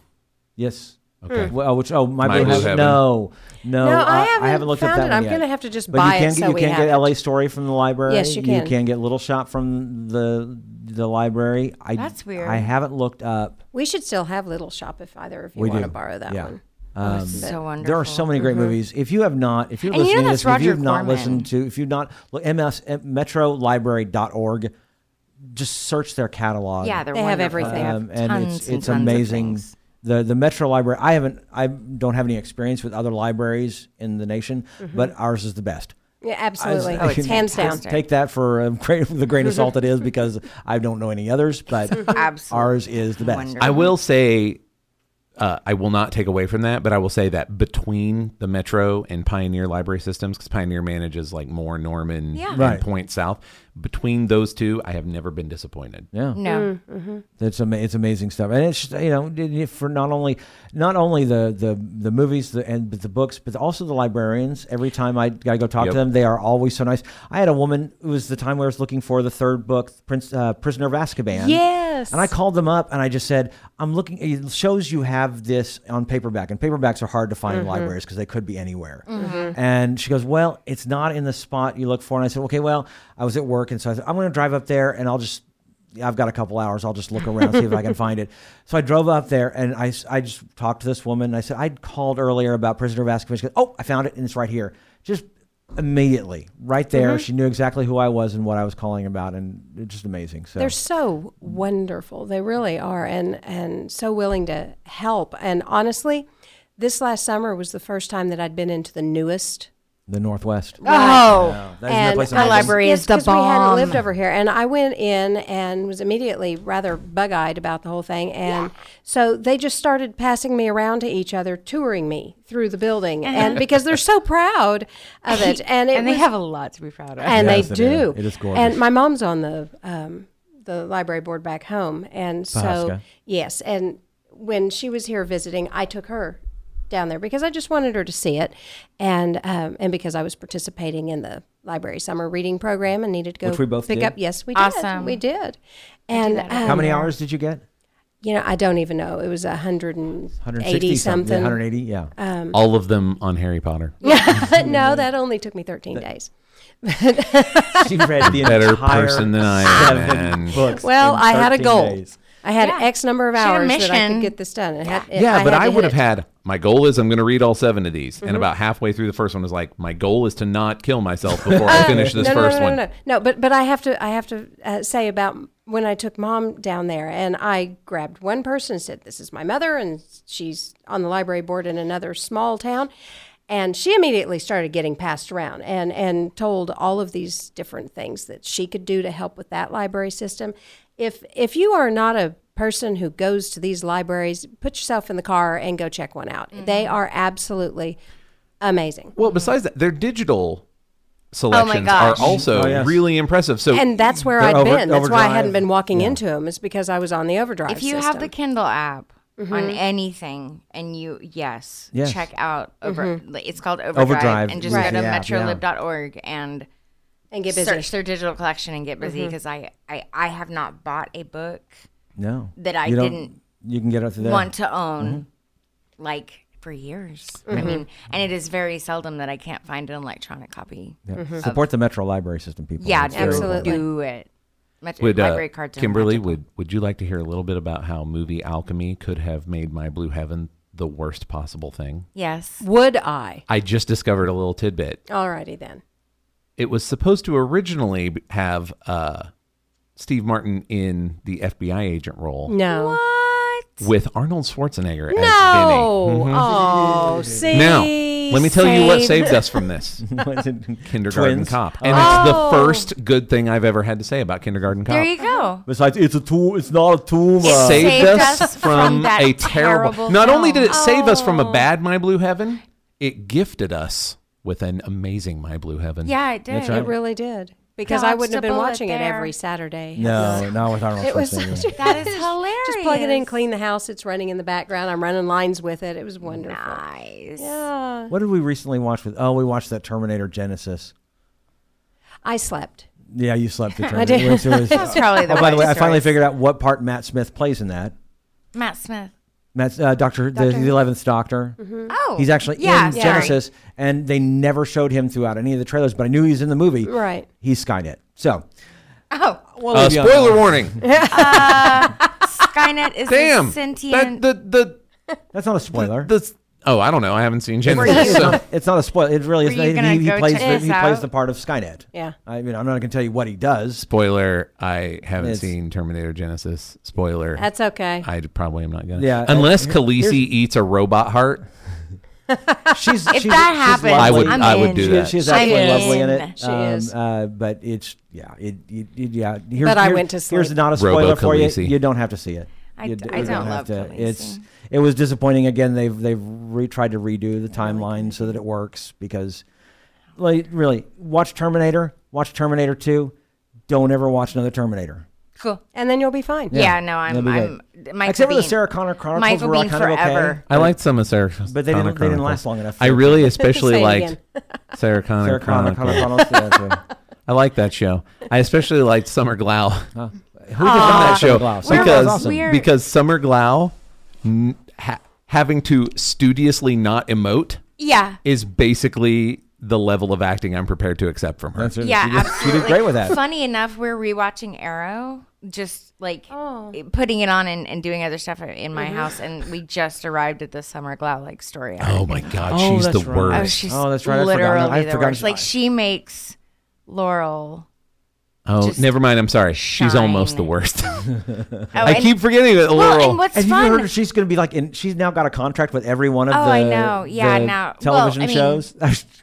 A: Yes. Okay. Well, which oh my, blue,
D: Blue
A: Heaven.
D: Heaven.
A: No, no,
H: No,
A: uh,
H: I haven't
A: looked
H: found
A: up that
H: it.
A: one
H: I'm
A: yet.
H: gonna have to just
A: but
H: buy
A: you
H: it
A: can
H: so
A: Get, you
H: we
A: can
H: have
A: get
H: it.
A: LA Story from the library.
H: Yes, you can.
A: You can get Little Shop from the the library. I,
B: That's weird.
A: I haven't looked up.
H: We should still have Little Shop if either of you
A: We
H: want to
A: do.
H: borrow that
A: Yeah.
H: one.
A: Um,
B: so wonderful.
A: there are so many
H: Mm-hmm.
A: great movies. If you have not, if you're
B: And you know
A: listening to this,
B: that's
A: if you've
B: Roger
A: not
B: Corman.
A: listened to, if you've not, look, ms metrolibrary.org, just search their catalog.
B: Yeah, they're
H: They have
B: wonderful.
H: everything. They have
A: um, and
B: tons
A: it's
B: and
A: it's
B: tons of
A: amazing.
B: things.
A: The the Metro Library. I haven't. I don't have any experience with other libraries in the nation,
B: Mm-hmm.
A: but ours is the best.
H: Yeah, absolutely.
A: I- I can-
H: Hands down.
B: fantastic.
A: Take that for um, gra- the grain of salt it is, because I don't know any others. But
B: Absolutely
A: ours is the best.
B: wonderful.
D: I will say, uh, I will not take away from that, but I will say that between the Metro and Pioneer library systems, because Pioneer manages like more Norman
B: Yeah.
D: and
A: Right.
D: Point South, between those two, I have never been disappointed.
A: Yeah.
H: Mm.
B: No,
A: It's ama- it's amazing stuff, and it's you know it- it- for not only not only the the the movies the, and but the books, but also the librarians. Every time I gotta go talk
D: Yep.
A: to them, they are always so nice. I had a woman. It was the time where I was looking for the third book, Prince uh, Prisoner of Azkaban.
H: Yes.
A: And I called them up and I just said, I'm looking, it shows you have this on paperback, and paperbacks are hard to find in libraries because they could be anywhere. And she goes, Well, it's not in the spot you look for. And I said, Okay, well, I was at work. And so I said, I'm going to drive up there and I'll just, I've got a couple hours. I'll just look around, see if I can find it. So I drove up there and I, s- I just talked to this woman. And I said, I'd called earlier about Prisoner of Azkaban. She goes, Oh, I found it and it's right here. Just immediately, right
H: Mm-hmm.
A: there. She knew exactly who I was and what I was calling about. And it's just amazing. So
H: They're so wonderful. They really are, and and so willing to help. And honestly, this last summer was the first time that I'd been into the newest.
A: the Northwest.
H: Oh,
A: that is no place
B: Our library is the
H: We hadn't
B: bomb.
H: lived over here, and I went in and was immediately rather bug-eyed about the whole thing. And so they just started passing me around to each other, touring me through the building, and because they're so proud of it, and it
B: and they
H: was-
B: have a lot to be proud of.
H: and
A: Yes,
H: they
A: it
H: do.
A: is. It is gorgeous.
H: And my mom's on the um, the library board back home, and so
A: Pahaska.
H: yes. And when she was here visiting, I took her down there because I just wanted her to see it, and um, and because I was participating in the library summer reading program and needed to go
A: Which we both
H: pick
A: did.
H: up. Yes, we did.
B: Awesome.
H: We did. And
A: How
H: um,
A: many hours did you get?
H: you know, I don't even know. It was a hundred and
A: 160
H: eighty something. Uh,
A: 180, yeah.
D: All of them on Harry Potter.
H: no, that only took me thirteen days.
A: she read the
D: Better
A: entire
D: person than I am,
A: seven
D: man.
A: books
H: Well,
A: in
H: I had a
A: 13
H: goal.
A: days.
H: I had
B: Yeah.
H: X number of
B: She had a
H: hours that I could
B: mission.
H: get this done. It had- it-
D: Yeah, but
H: had
D: I
H: to
D: would
H: hit
D: have
H: it. Mm-hmm.
D: had my goal is I'm going to read all seven of these, and about halfway through the first one was like my goal is to not kill myself before I finish this
H: no, no,
D: first
H: no, no,
D: one.
H: No, no, no. But but I have to I have to uh, say about when I took mom down there and I grabbed one person and said, "This is my mother," and she's on the library board in another small town. And she immediately started getting passed around and, and told all of these different things that she could do to help with that library system. If if you are not a person who goes to these libraries, put yourself in the car and go check one out. They are absolutely amazing.
D: Well, besides that, their digital selections are
B: gosh.
D: also
A: Oh, yes.
D: really impressive. So
H: and that's where
A: The
H: I've
A: over-
H: been. That's why I hadn't
A: overdrive.
H: been walking into them. Is because I was on the overdrive.
B: if you have the Kindle app on
H: Mm-hmm.
B: anything and you yes,
A: Yes.
B: check out
H: Mm-hmm.
B: over like, it's called Overdrive,
A: Overdrive
B: and just
A: is the
B: go to
A: app, yeah.
B: metrolib.org and
H: and get busy. Mm-hmm.
B: search their digital collection and get busy because I, I I have not bought a book
A: No.
B: that I
A: You don't-
B: didn't
A: You can get up to there.
B: want to own
A: Mm-hmm.
B: like for years.
H: Mm-hmm.
B: I mean, and it is very seldom that I can't find an electronic copy.
A: Yeah. Support the Metro Library System, people.
B: Yeah,
A: It's
B: do,
A: very
H: Absolutely.
A: important.
B: do it. Metro,
D: would uh,
B: library cards are
D: Kimberly
B: magical.
D: would would you like to hear a little bit about how movie alchemy could have made my blue heaven the worst possible thing?
B: Yes.
H: Would I?
D: I just discovered a little tidbit.
H: Alrighty then.
D: It was supposed to originally have uh, Steve Martin in the FBI agent role
H: No.
B: What?
D: with Arnold Schwarzenegger as Vinny.
H: No. Oh, see.
D: Now,
B: He
D: Let me tell you what
B: saved-
D: saved us from this
A: Was it
D: kindergarten
A: twins?
D: cop, and it's the first good thing I've ever had to say about kindergarten cop.
B: Oh.
A: Oh.
B: There you go.
A: Besides, it's a tomb. It's not a tomb.
B: It
A: uh,
B: saved
D: saved, us,
B: us
D: from,
B: from that
D: a terrible.
B: terrible Oh.
D: not only did
B: film.
D: it save us from a bad My Blue Heaven, it gifted us with an amazing My Blue Heaven.
B: Yeah, it did.
A: That's right.
H: It really did. Because I
B: Dodged
H: wouldn't have
B: a
H: been
B: bullet
H: watching it
B: there.
H: every Saturday.
A: No, not with Arnold
H: It was
A: Schwarzenegger.
H: such a-
B: That is hilarious.
H: Just plug it in, clean the house. It's running in the background. I'm running lines with it. It was wonderful.
B: Nice.
H: Yeah.
A: What did we recently watch with? Oh, we watched that Terminator Genesis.
H: I slept.
A: Yeah, you slept the Terminator.
H: did.
A: which was-
B: That's probably the
A: oh, by the way, I
B: worst
A: finally
B: choice.
A: figured out what part Matt Smith plays in that.
B: Matt Smith.
A: Matt's uh, Doctor, the the eleventh Doctor.
B: Oh,
A: He's actually
B: yeah,
A: in
B: sorry.
A: Genesis, and they never showed him throughout any of the trailers. But I knew he was in the movie.
H: Right.
A: He's Skynet. So,
B: Oh,
A: we'll
D: Uh,
A: leave you on that.
D: spoiler warning.
B: Skynet is
D: Damn.
B: a
D: that-
B: sentient.
D: the, the,
A: That's not a spoiler.
D: the- oh, I don't know. I haven't seen Genesis.
A: it's,
D: so-
A: not, it's not a spoiler. It really
B: Were
A: is.
B: you gonna
A: He, he
B: go
A: plays
B: check
A: the,
B: this
A: he plays
B: out?
A: the part of Skynet.
H: Yeah.
A: I mean, I'm not going to tell you what he does.
D: Spoiler: I haven't
A: It's-
D: seen Terminator Genesis. Spoiler.
H: That's okay.
D: I probably am not gonna.
A: Yeah,
D: Unless
A: uh,
D: Khaleesi eats a robot heart.
A: She's
B: if
A: she's,
B: that
A: she's
B: happens,
A: lovely.
D: I would-
B: I'm
D: I would
B: in.
D: do
A: She-
D: that.
A: She's
B: I'm
A: actually
B: in.
A: lovely in it.
H: She is.
A: Uh, but it's yeah. It, it, it- yeah. Here's,
H: But I
A: here's-
H: went to sleep.
A: Here's not a
D: Robo
A: spoiler for you.
D: Khaleesi.
A: You don't have to see it.
B: I-
A: You
B: I
A: d- you
B: don't love Khaleesi.
A: It's it was disappointing. Again, they've they've re- tried to redo the timeline so that it works because, like, really, watch Terminator, watch Terminator Two, don't ever watch another Terminator.
B: Cool.
H: And then you'll be fine.
B: Yeah, no,
A: that'd
B: I'm.
A: be
B: I'm
A: good.
B: Michael
A: Except for the
B: Biehn.
A: Sarah Connor Chronicles
B: Michael
A: were all
B: Biehn
A: kind of okay.
B: forever.
D: I liked some of Sarah,
A: But they didn't- they
D: Connor
A: didn't
D: Chronicles.
A: last long enough.
D: I really, especially
H: Say it
D: liked
H: again.
D: Sarah Connor.
A: Sarah Connor
D: Chronicles.
A: Chronicles. yeah, that's right.
D: I like that show. I especially liked Summer Glau on
A: Who designed
D: that show
A: Glass?
B: We're-
D: because
B: awesome. we're-
D: because Summer Glau n- ha- having to studiously not emote
B: Yeah.
D: is basically the level of acting I'm prepared to accept from her.
A: That's right. she,
B: Yeah,
A: did, she did
B: absolutely.
A: great with that.
B: Funny enough, we're rewatching Arrow, just like
D: Oh.
B: putting it on and, and doing other stuff in
D: Mm-hmm.
B: my house, and we just arrived at the Summer Glau like story.
D: oh my god,
A: Oh,
D: she's the
A: that's right.
B: Oh,
D: worst.
B: she's
A: Oh, that's right, I forgot.
B: literally
A: I
B: the
A: forgot
B: worst.
A: she-
B: Like she makes Laurel.
D: Oh,
B: just
D: never mind. I'm sorry. She's
B: shine.
D: almost the worst.
B: Oh,
D: I
B: and-
D: keep forgetting that
B: well,
D: Laurel.
B: and what's
A: Have
B: fun?
A: you heard she's going to be like? In, she's now got a contract with every one of
B: Oh,
A: the,
B: I know. Yeah,
A: the
B: now- well,
A: television
B: I mean-
A: shows.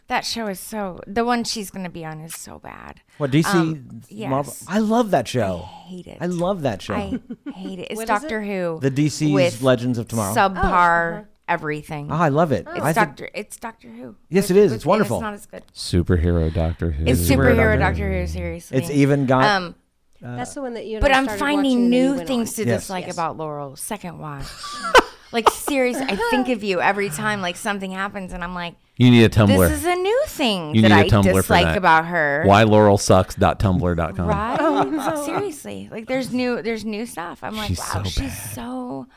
B: That show is so. The one she's going to be on is so bad.
A: what DC?
B: Um, yes.
A: Marvel? I love that show.
B: I hate it.
A: I love that show.
B: I hate it. It's
H: What is
B: Doctor Who.
A: The DC's
B: with
A: Legends of Tomorrow.
B: Subpar everything.
A: Ah, I love it.
B: it's
A: I think-
B: Doctor. It's Doctor Who.
A: Yes, it
B: With-
A: is. It's
B: with- and
A: wonderful.
B: It's not as good.
D: superhero Doctor Who.
B: It's superhero Doctor Who. Seriously.
A: it's even got.
B: Um,
H: That's the one that you. and
B: but
H: I
B: I'm
H: started
B: finding
H: watching and you
B: new
H: went
B: things
H: on.
B: to
A: Yes.
B: dislike about Laurel. Second watch. like seriously, I think of you every time. Like something happens, and I'm like,
D: You need a Tumblr.
B: this is a new thing
D: you
B: that
D: need a
B: I
D: Tumblr for
B: dislike
D: that.
B: about her.
D: Why Laurel sucks.tumblr.com.
B: Right? Seriously, like there's new there's new stuff. I'm like,
D: She's
B: wow,
D: so
B: she's so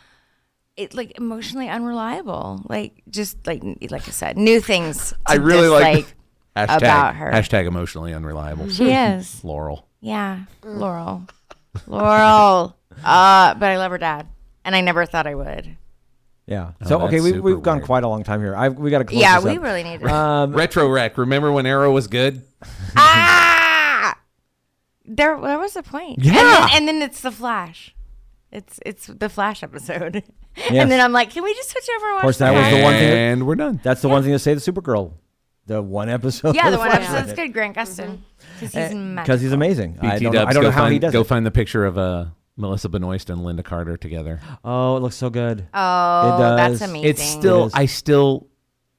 B: it like emotionally unreliable. Like just like like I said, new things.
D: I
B: to
D: really like
B: dislike
D: hashtag,
B: about her.
D: Hashtag emotionally unreliable.
B: She is,
D: Laurel.
B: yeah, Laurel, Laurel. Uh, but I love her dad, and I never thought I would.
A: yeah. So
D: Oh, that's
A: okay, we,
D: super
A: we've gone
D: weird.
A: quite a long time here. I've, we got to close.
B: yeah,
A: this
B: we
A: up.
B: really need it.
A: Um,
D: Retro Rec. Remember when Arrow was good?
B: ah, there, there was a point. Yeah, and then, and then it's the Flash. It's it's the Flash episode.
A: Yes.
B: And then I'm like, can we just switch over? And watch
A: course,
B: the
A: that was
B: Flash?
A: the one thing that-
D: And we're done.
A: that's the one thing to say to Supergirl, the one episode.
B: Yeah, the
A: of
B: one
A: Flash
B: episode's
A: in it.
B: good. Grant Gustin. Because he's magical.
A: because Eh, he's amazing. I
D: BT
A: don't, know, I
D: Dubs,
A: don't know
D: go
A: how
D: find,
A: he does
D: Go
A: it.
D: find the picture of uh, Melissa Benoist and Linda Carter together.
A: Oh, it looks so good.
B: Oh,
A: It does.
B: that's amazing.
D: It's still,
A: It is.
D: I still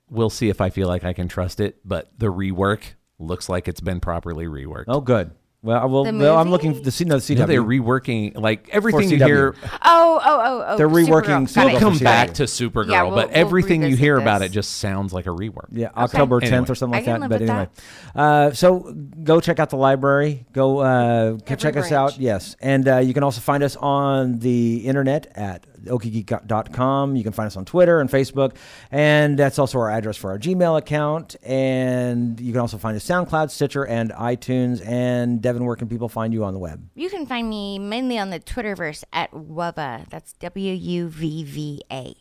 D: will see if I feel like I can trust it, but the rework looks like it's been properly reworked.
A: Oh, good. Well, I will.
B: The
A: well, I'm looking
B: movie?
A: for the C. No, the CW.
D: Yeah, they're reworking like everything you
A: CW.
D: hear.
B: Oh, oh, oh, oh.
A: They're reworking
B: Supergirl.
A: Supergirl
B: Got it.
A: for
D: Come
A: CW.
D: back to Supergirl,
B: Yeah, we'll-
D: but
B: we'll
D: everything you hear
B: revisit
D: about it
B: this.
D: just sounds like a rework.
A: Yeah, October 10th
D: Anyway.
A: or something like
B: I can
A: that.
B: live
A: But
B: with
A: anyway, Uh, so go check out the library. Go uh, go check us
H: branch.
A: out. Yes, and uh, you can also find us on the internet at okiegeek.com. You can find us on Twitter and Facebook, and that's also our address for our Gmail account. And you can also find us SoundCloud, Stitcher, and iTunes. And Devin, where can people find you on the web?
B: You can find me mainly on the Twitterverse at Wubba. That's W U V V A.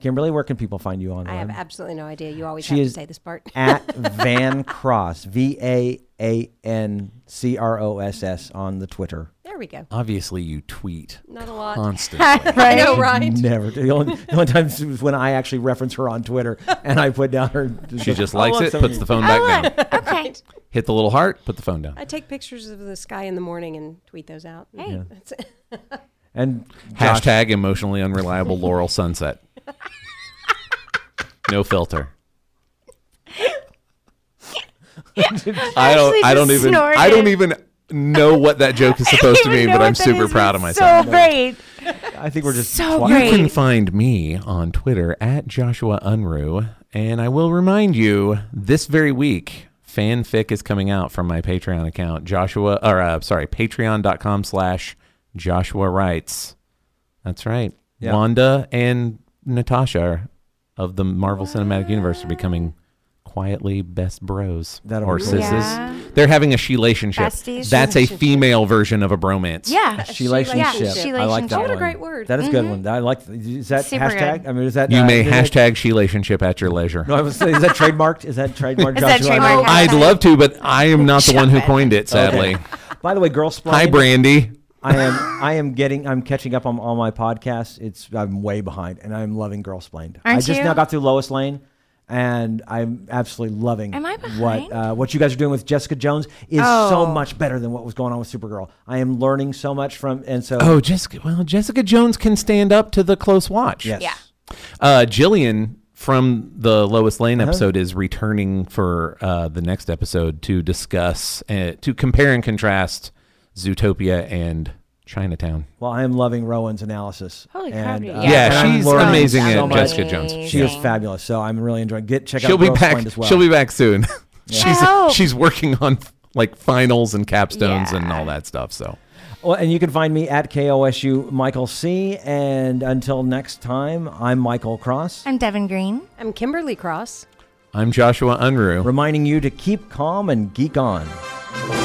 A: Kimberly, where can people find you on the
H: I
A: web?
H: have absolutely no idea. You always
A: She
H: have
A: is-
H: to say this part.
A: at Van Cross, V A A N C R O S S on the Twitter.
H: There There we go.
D: Obviously, you tweet
H: Not a lot.
D: constantly.
H: I know, right?
A: Never. The only, the only time was when I actually reference her on Twitter and I put down her.
D: she just
A: I
D: likes
A: want
D: it,
A: some of
D: puts
A: you.
D: the phone back down.
B: Okay.
D: Hit the little heart, put the phone down.
H: I take pictures of the sky in the morning and tweet those out. Hey. That's it.
A: And Josh,
D: Hashtag emotionally unreliable Laurel Sunset. No filter. I
B: Ashley
D: don't. I
B: just
D: don't even. I
B: snorted.
D: don't even know what that joke is supposed to
B: I don't
D: mean,
B: even
D: but
B: know
D: I'm
B: what that
D: super
B: is.
D: proud of
B: It's
D: myself.
B: So great.
A: I think we're just
B: So
A: twi-
B: great.
D: You can find me on Twitter at Joshua Unruh, and I will remind you this very week fanfic is coming out from my Patreon account, Joshua, or uh, sorry, patreon.com slash Joshua Writes. That's right.
A: Yeah.
D: Wanda and Natasha are- of the Marvel Cinematic Universe are becoming quietly best bros
A: That'll
D: or
A: be cool.
D: sisters.
B: Yeah.
D: They're having a she-lationship.
B: Besties.
D: That's a female version of a bromance.
B: Yeah.
A: She relationship.
B: Yeah,
A: I like that one.
B: shelationship. What a
H: great word.
A: That is a good one. I like. Is that
B: Super
A: hashtag?
B: good.
A: I mean, is that
D: You
A: uh,
D: may
A: is that-
D: hashtag she-lationship at your leisure.
A: No, I was saying, is that trademarked? Is that trademarked?
B: Is that
A: Joshua?
B: trademarked?
A: Okay.
D: I'd love to, but I am not the one who coined it, sadly.
A: By the way, girl spline.
D: Hi, Brandy.
A: I am. I am getting. I'm catching up on all my podcasts. It's. I'm way behind, and I'm loving Girl Splained. I
B: Aren't
A: just
B: you?
A: now got through Lois Lane, and I'm absolutely loving.
B: Am I
A: what
B: behind?
A: uh, what you guys are doing with Jessica Jones is so
B: Oh.
A: much better than what was going on with Supergirl. I am learning so much from, and so
D: Oh, Jessica. Well, Jessica Jones can stand up to the close watch.
A: yes,
B: yeah.
D: Uh, Jillian from the Lois Lane episode is returning for uh, the next episode to discuss, uh, to compare and contrast Zootopia and Chinatown.
A: Well, I am loving Rowan's analysis.
B: Holy crap,
A: and,
B: dude.
A: uh,
B: Yeah,
A: and
D: yeah,
A: I'm
D: she's
A: learning
D: amazing
A: so
D: at
A: much.
D: Jessica Jones.
A: She is
B: Amazing.
A: fabulous. So I'm really enjoying. Get check
D: She'll
A: out
D: be
A: Girl
D: back.
A: Splained as well.
D: She'll be back
B: I
D: soon.
B: hope.
D: she's she's working on like finals and capstones and
B: Yeah.
D: all that stuff. So.
A: Well, and you can find me at KOSU Michael C. And until next time, I'm Michael Cross,
B: I'm Devin Green.
H: I'm Kimberly Cross.
D: I'm Joshua Unruh.
A: reminding you to keep calm and geek on.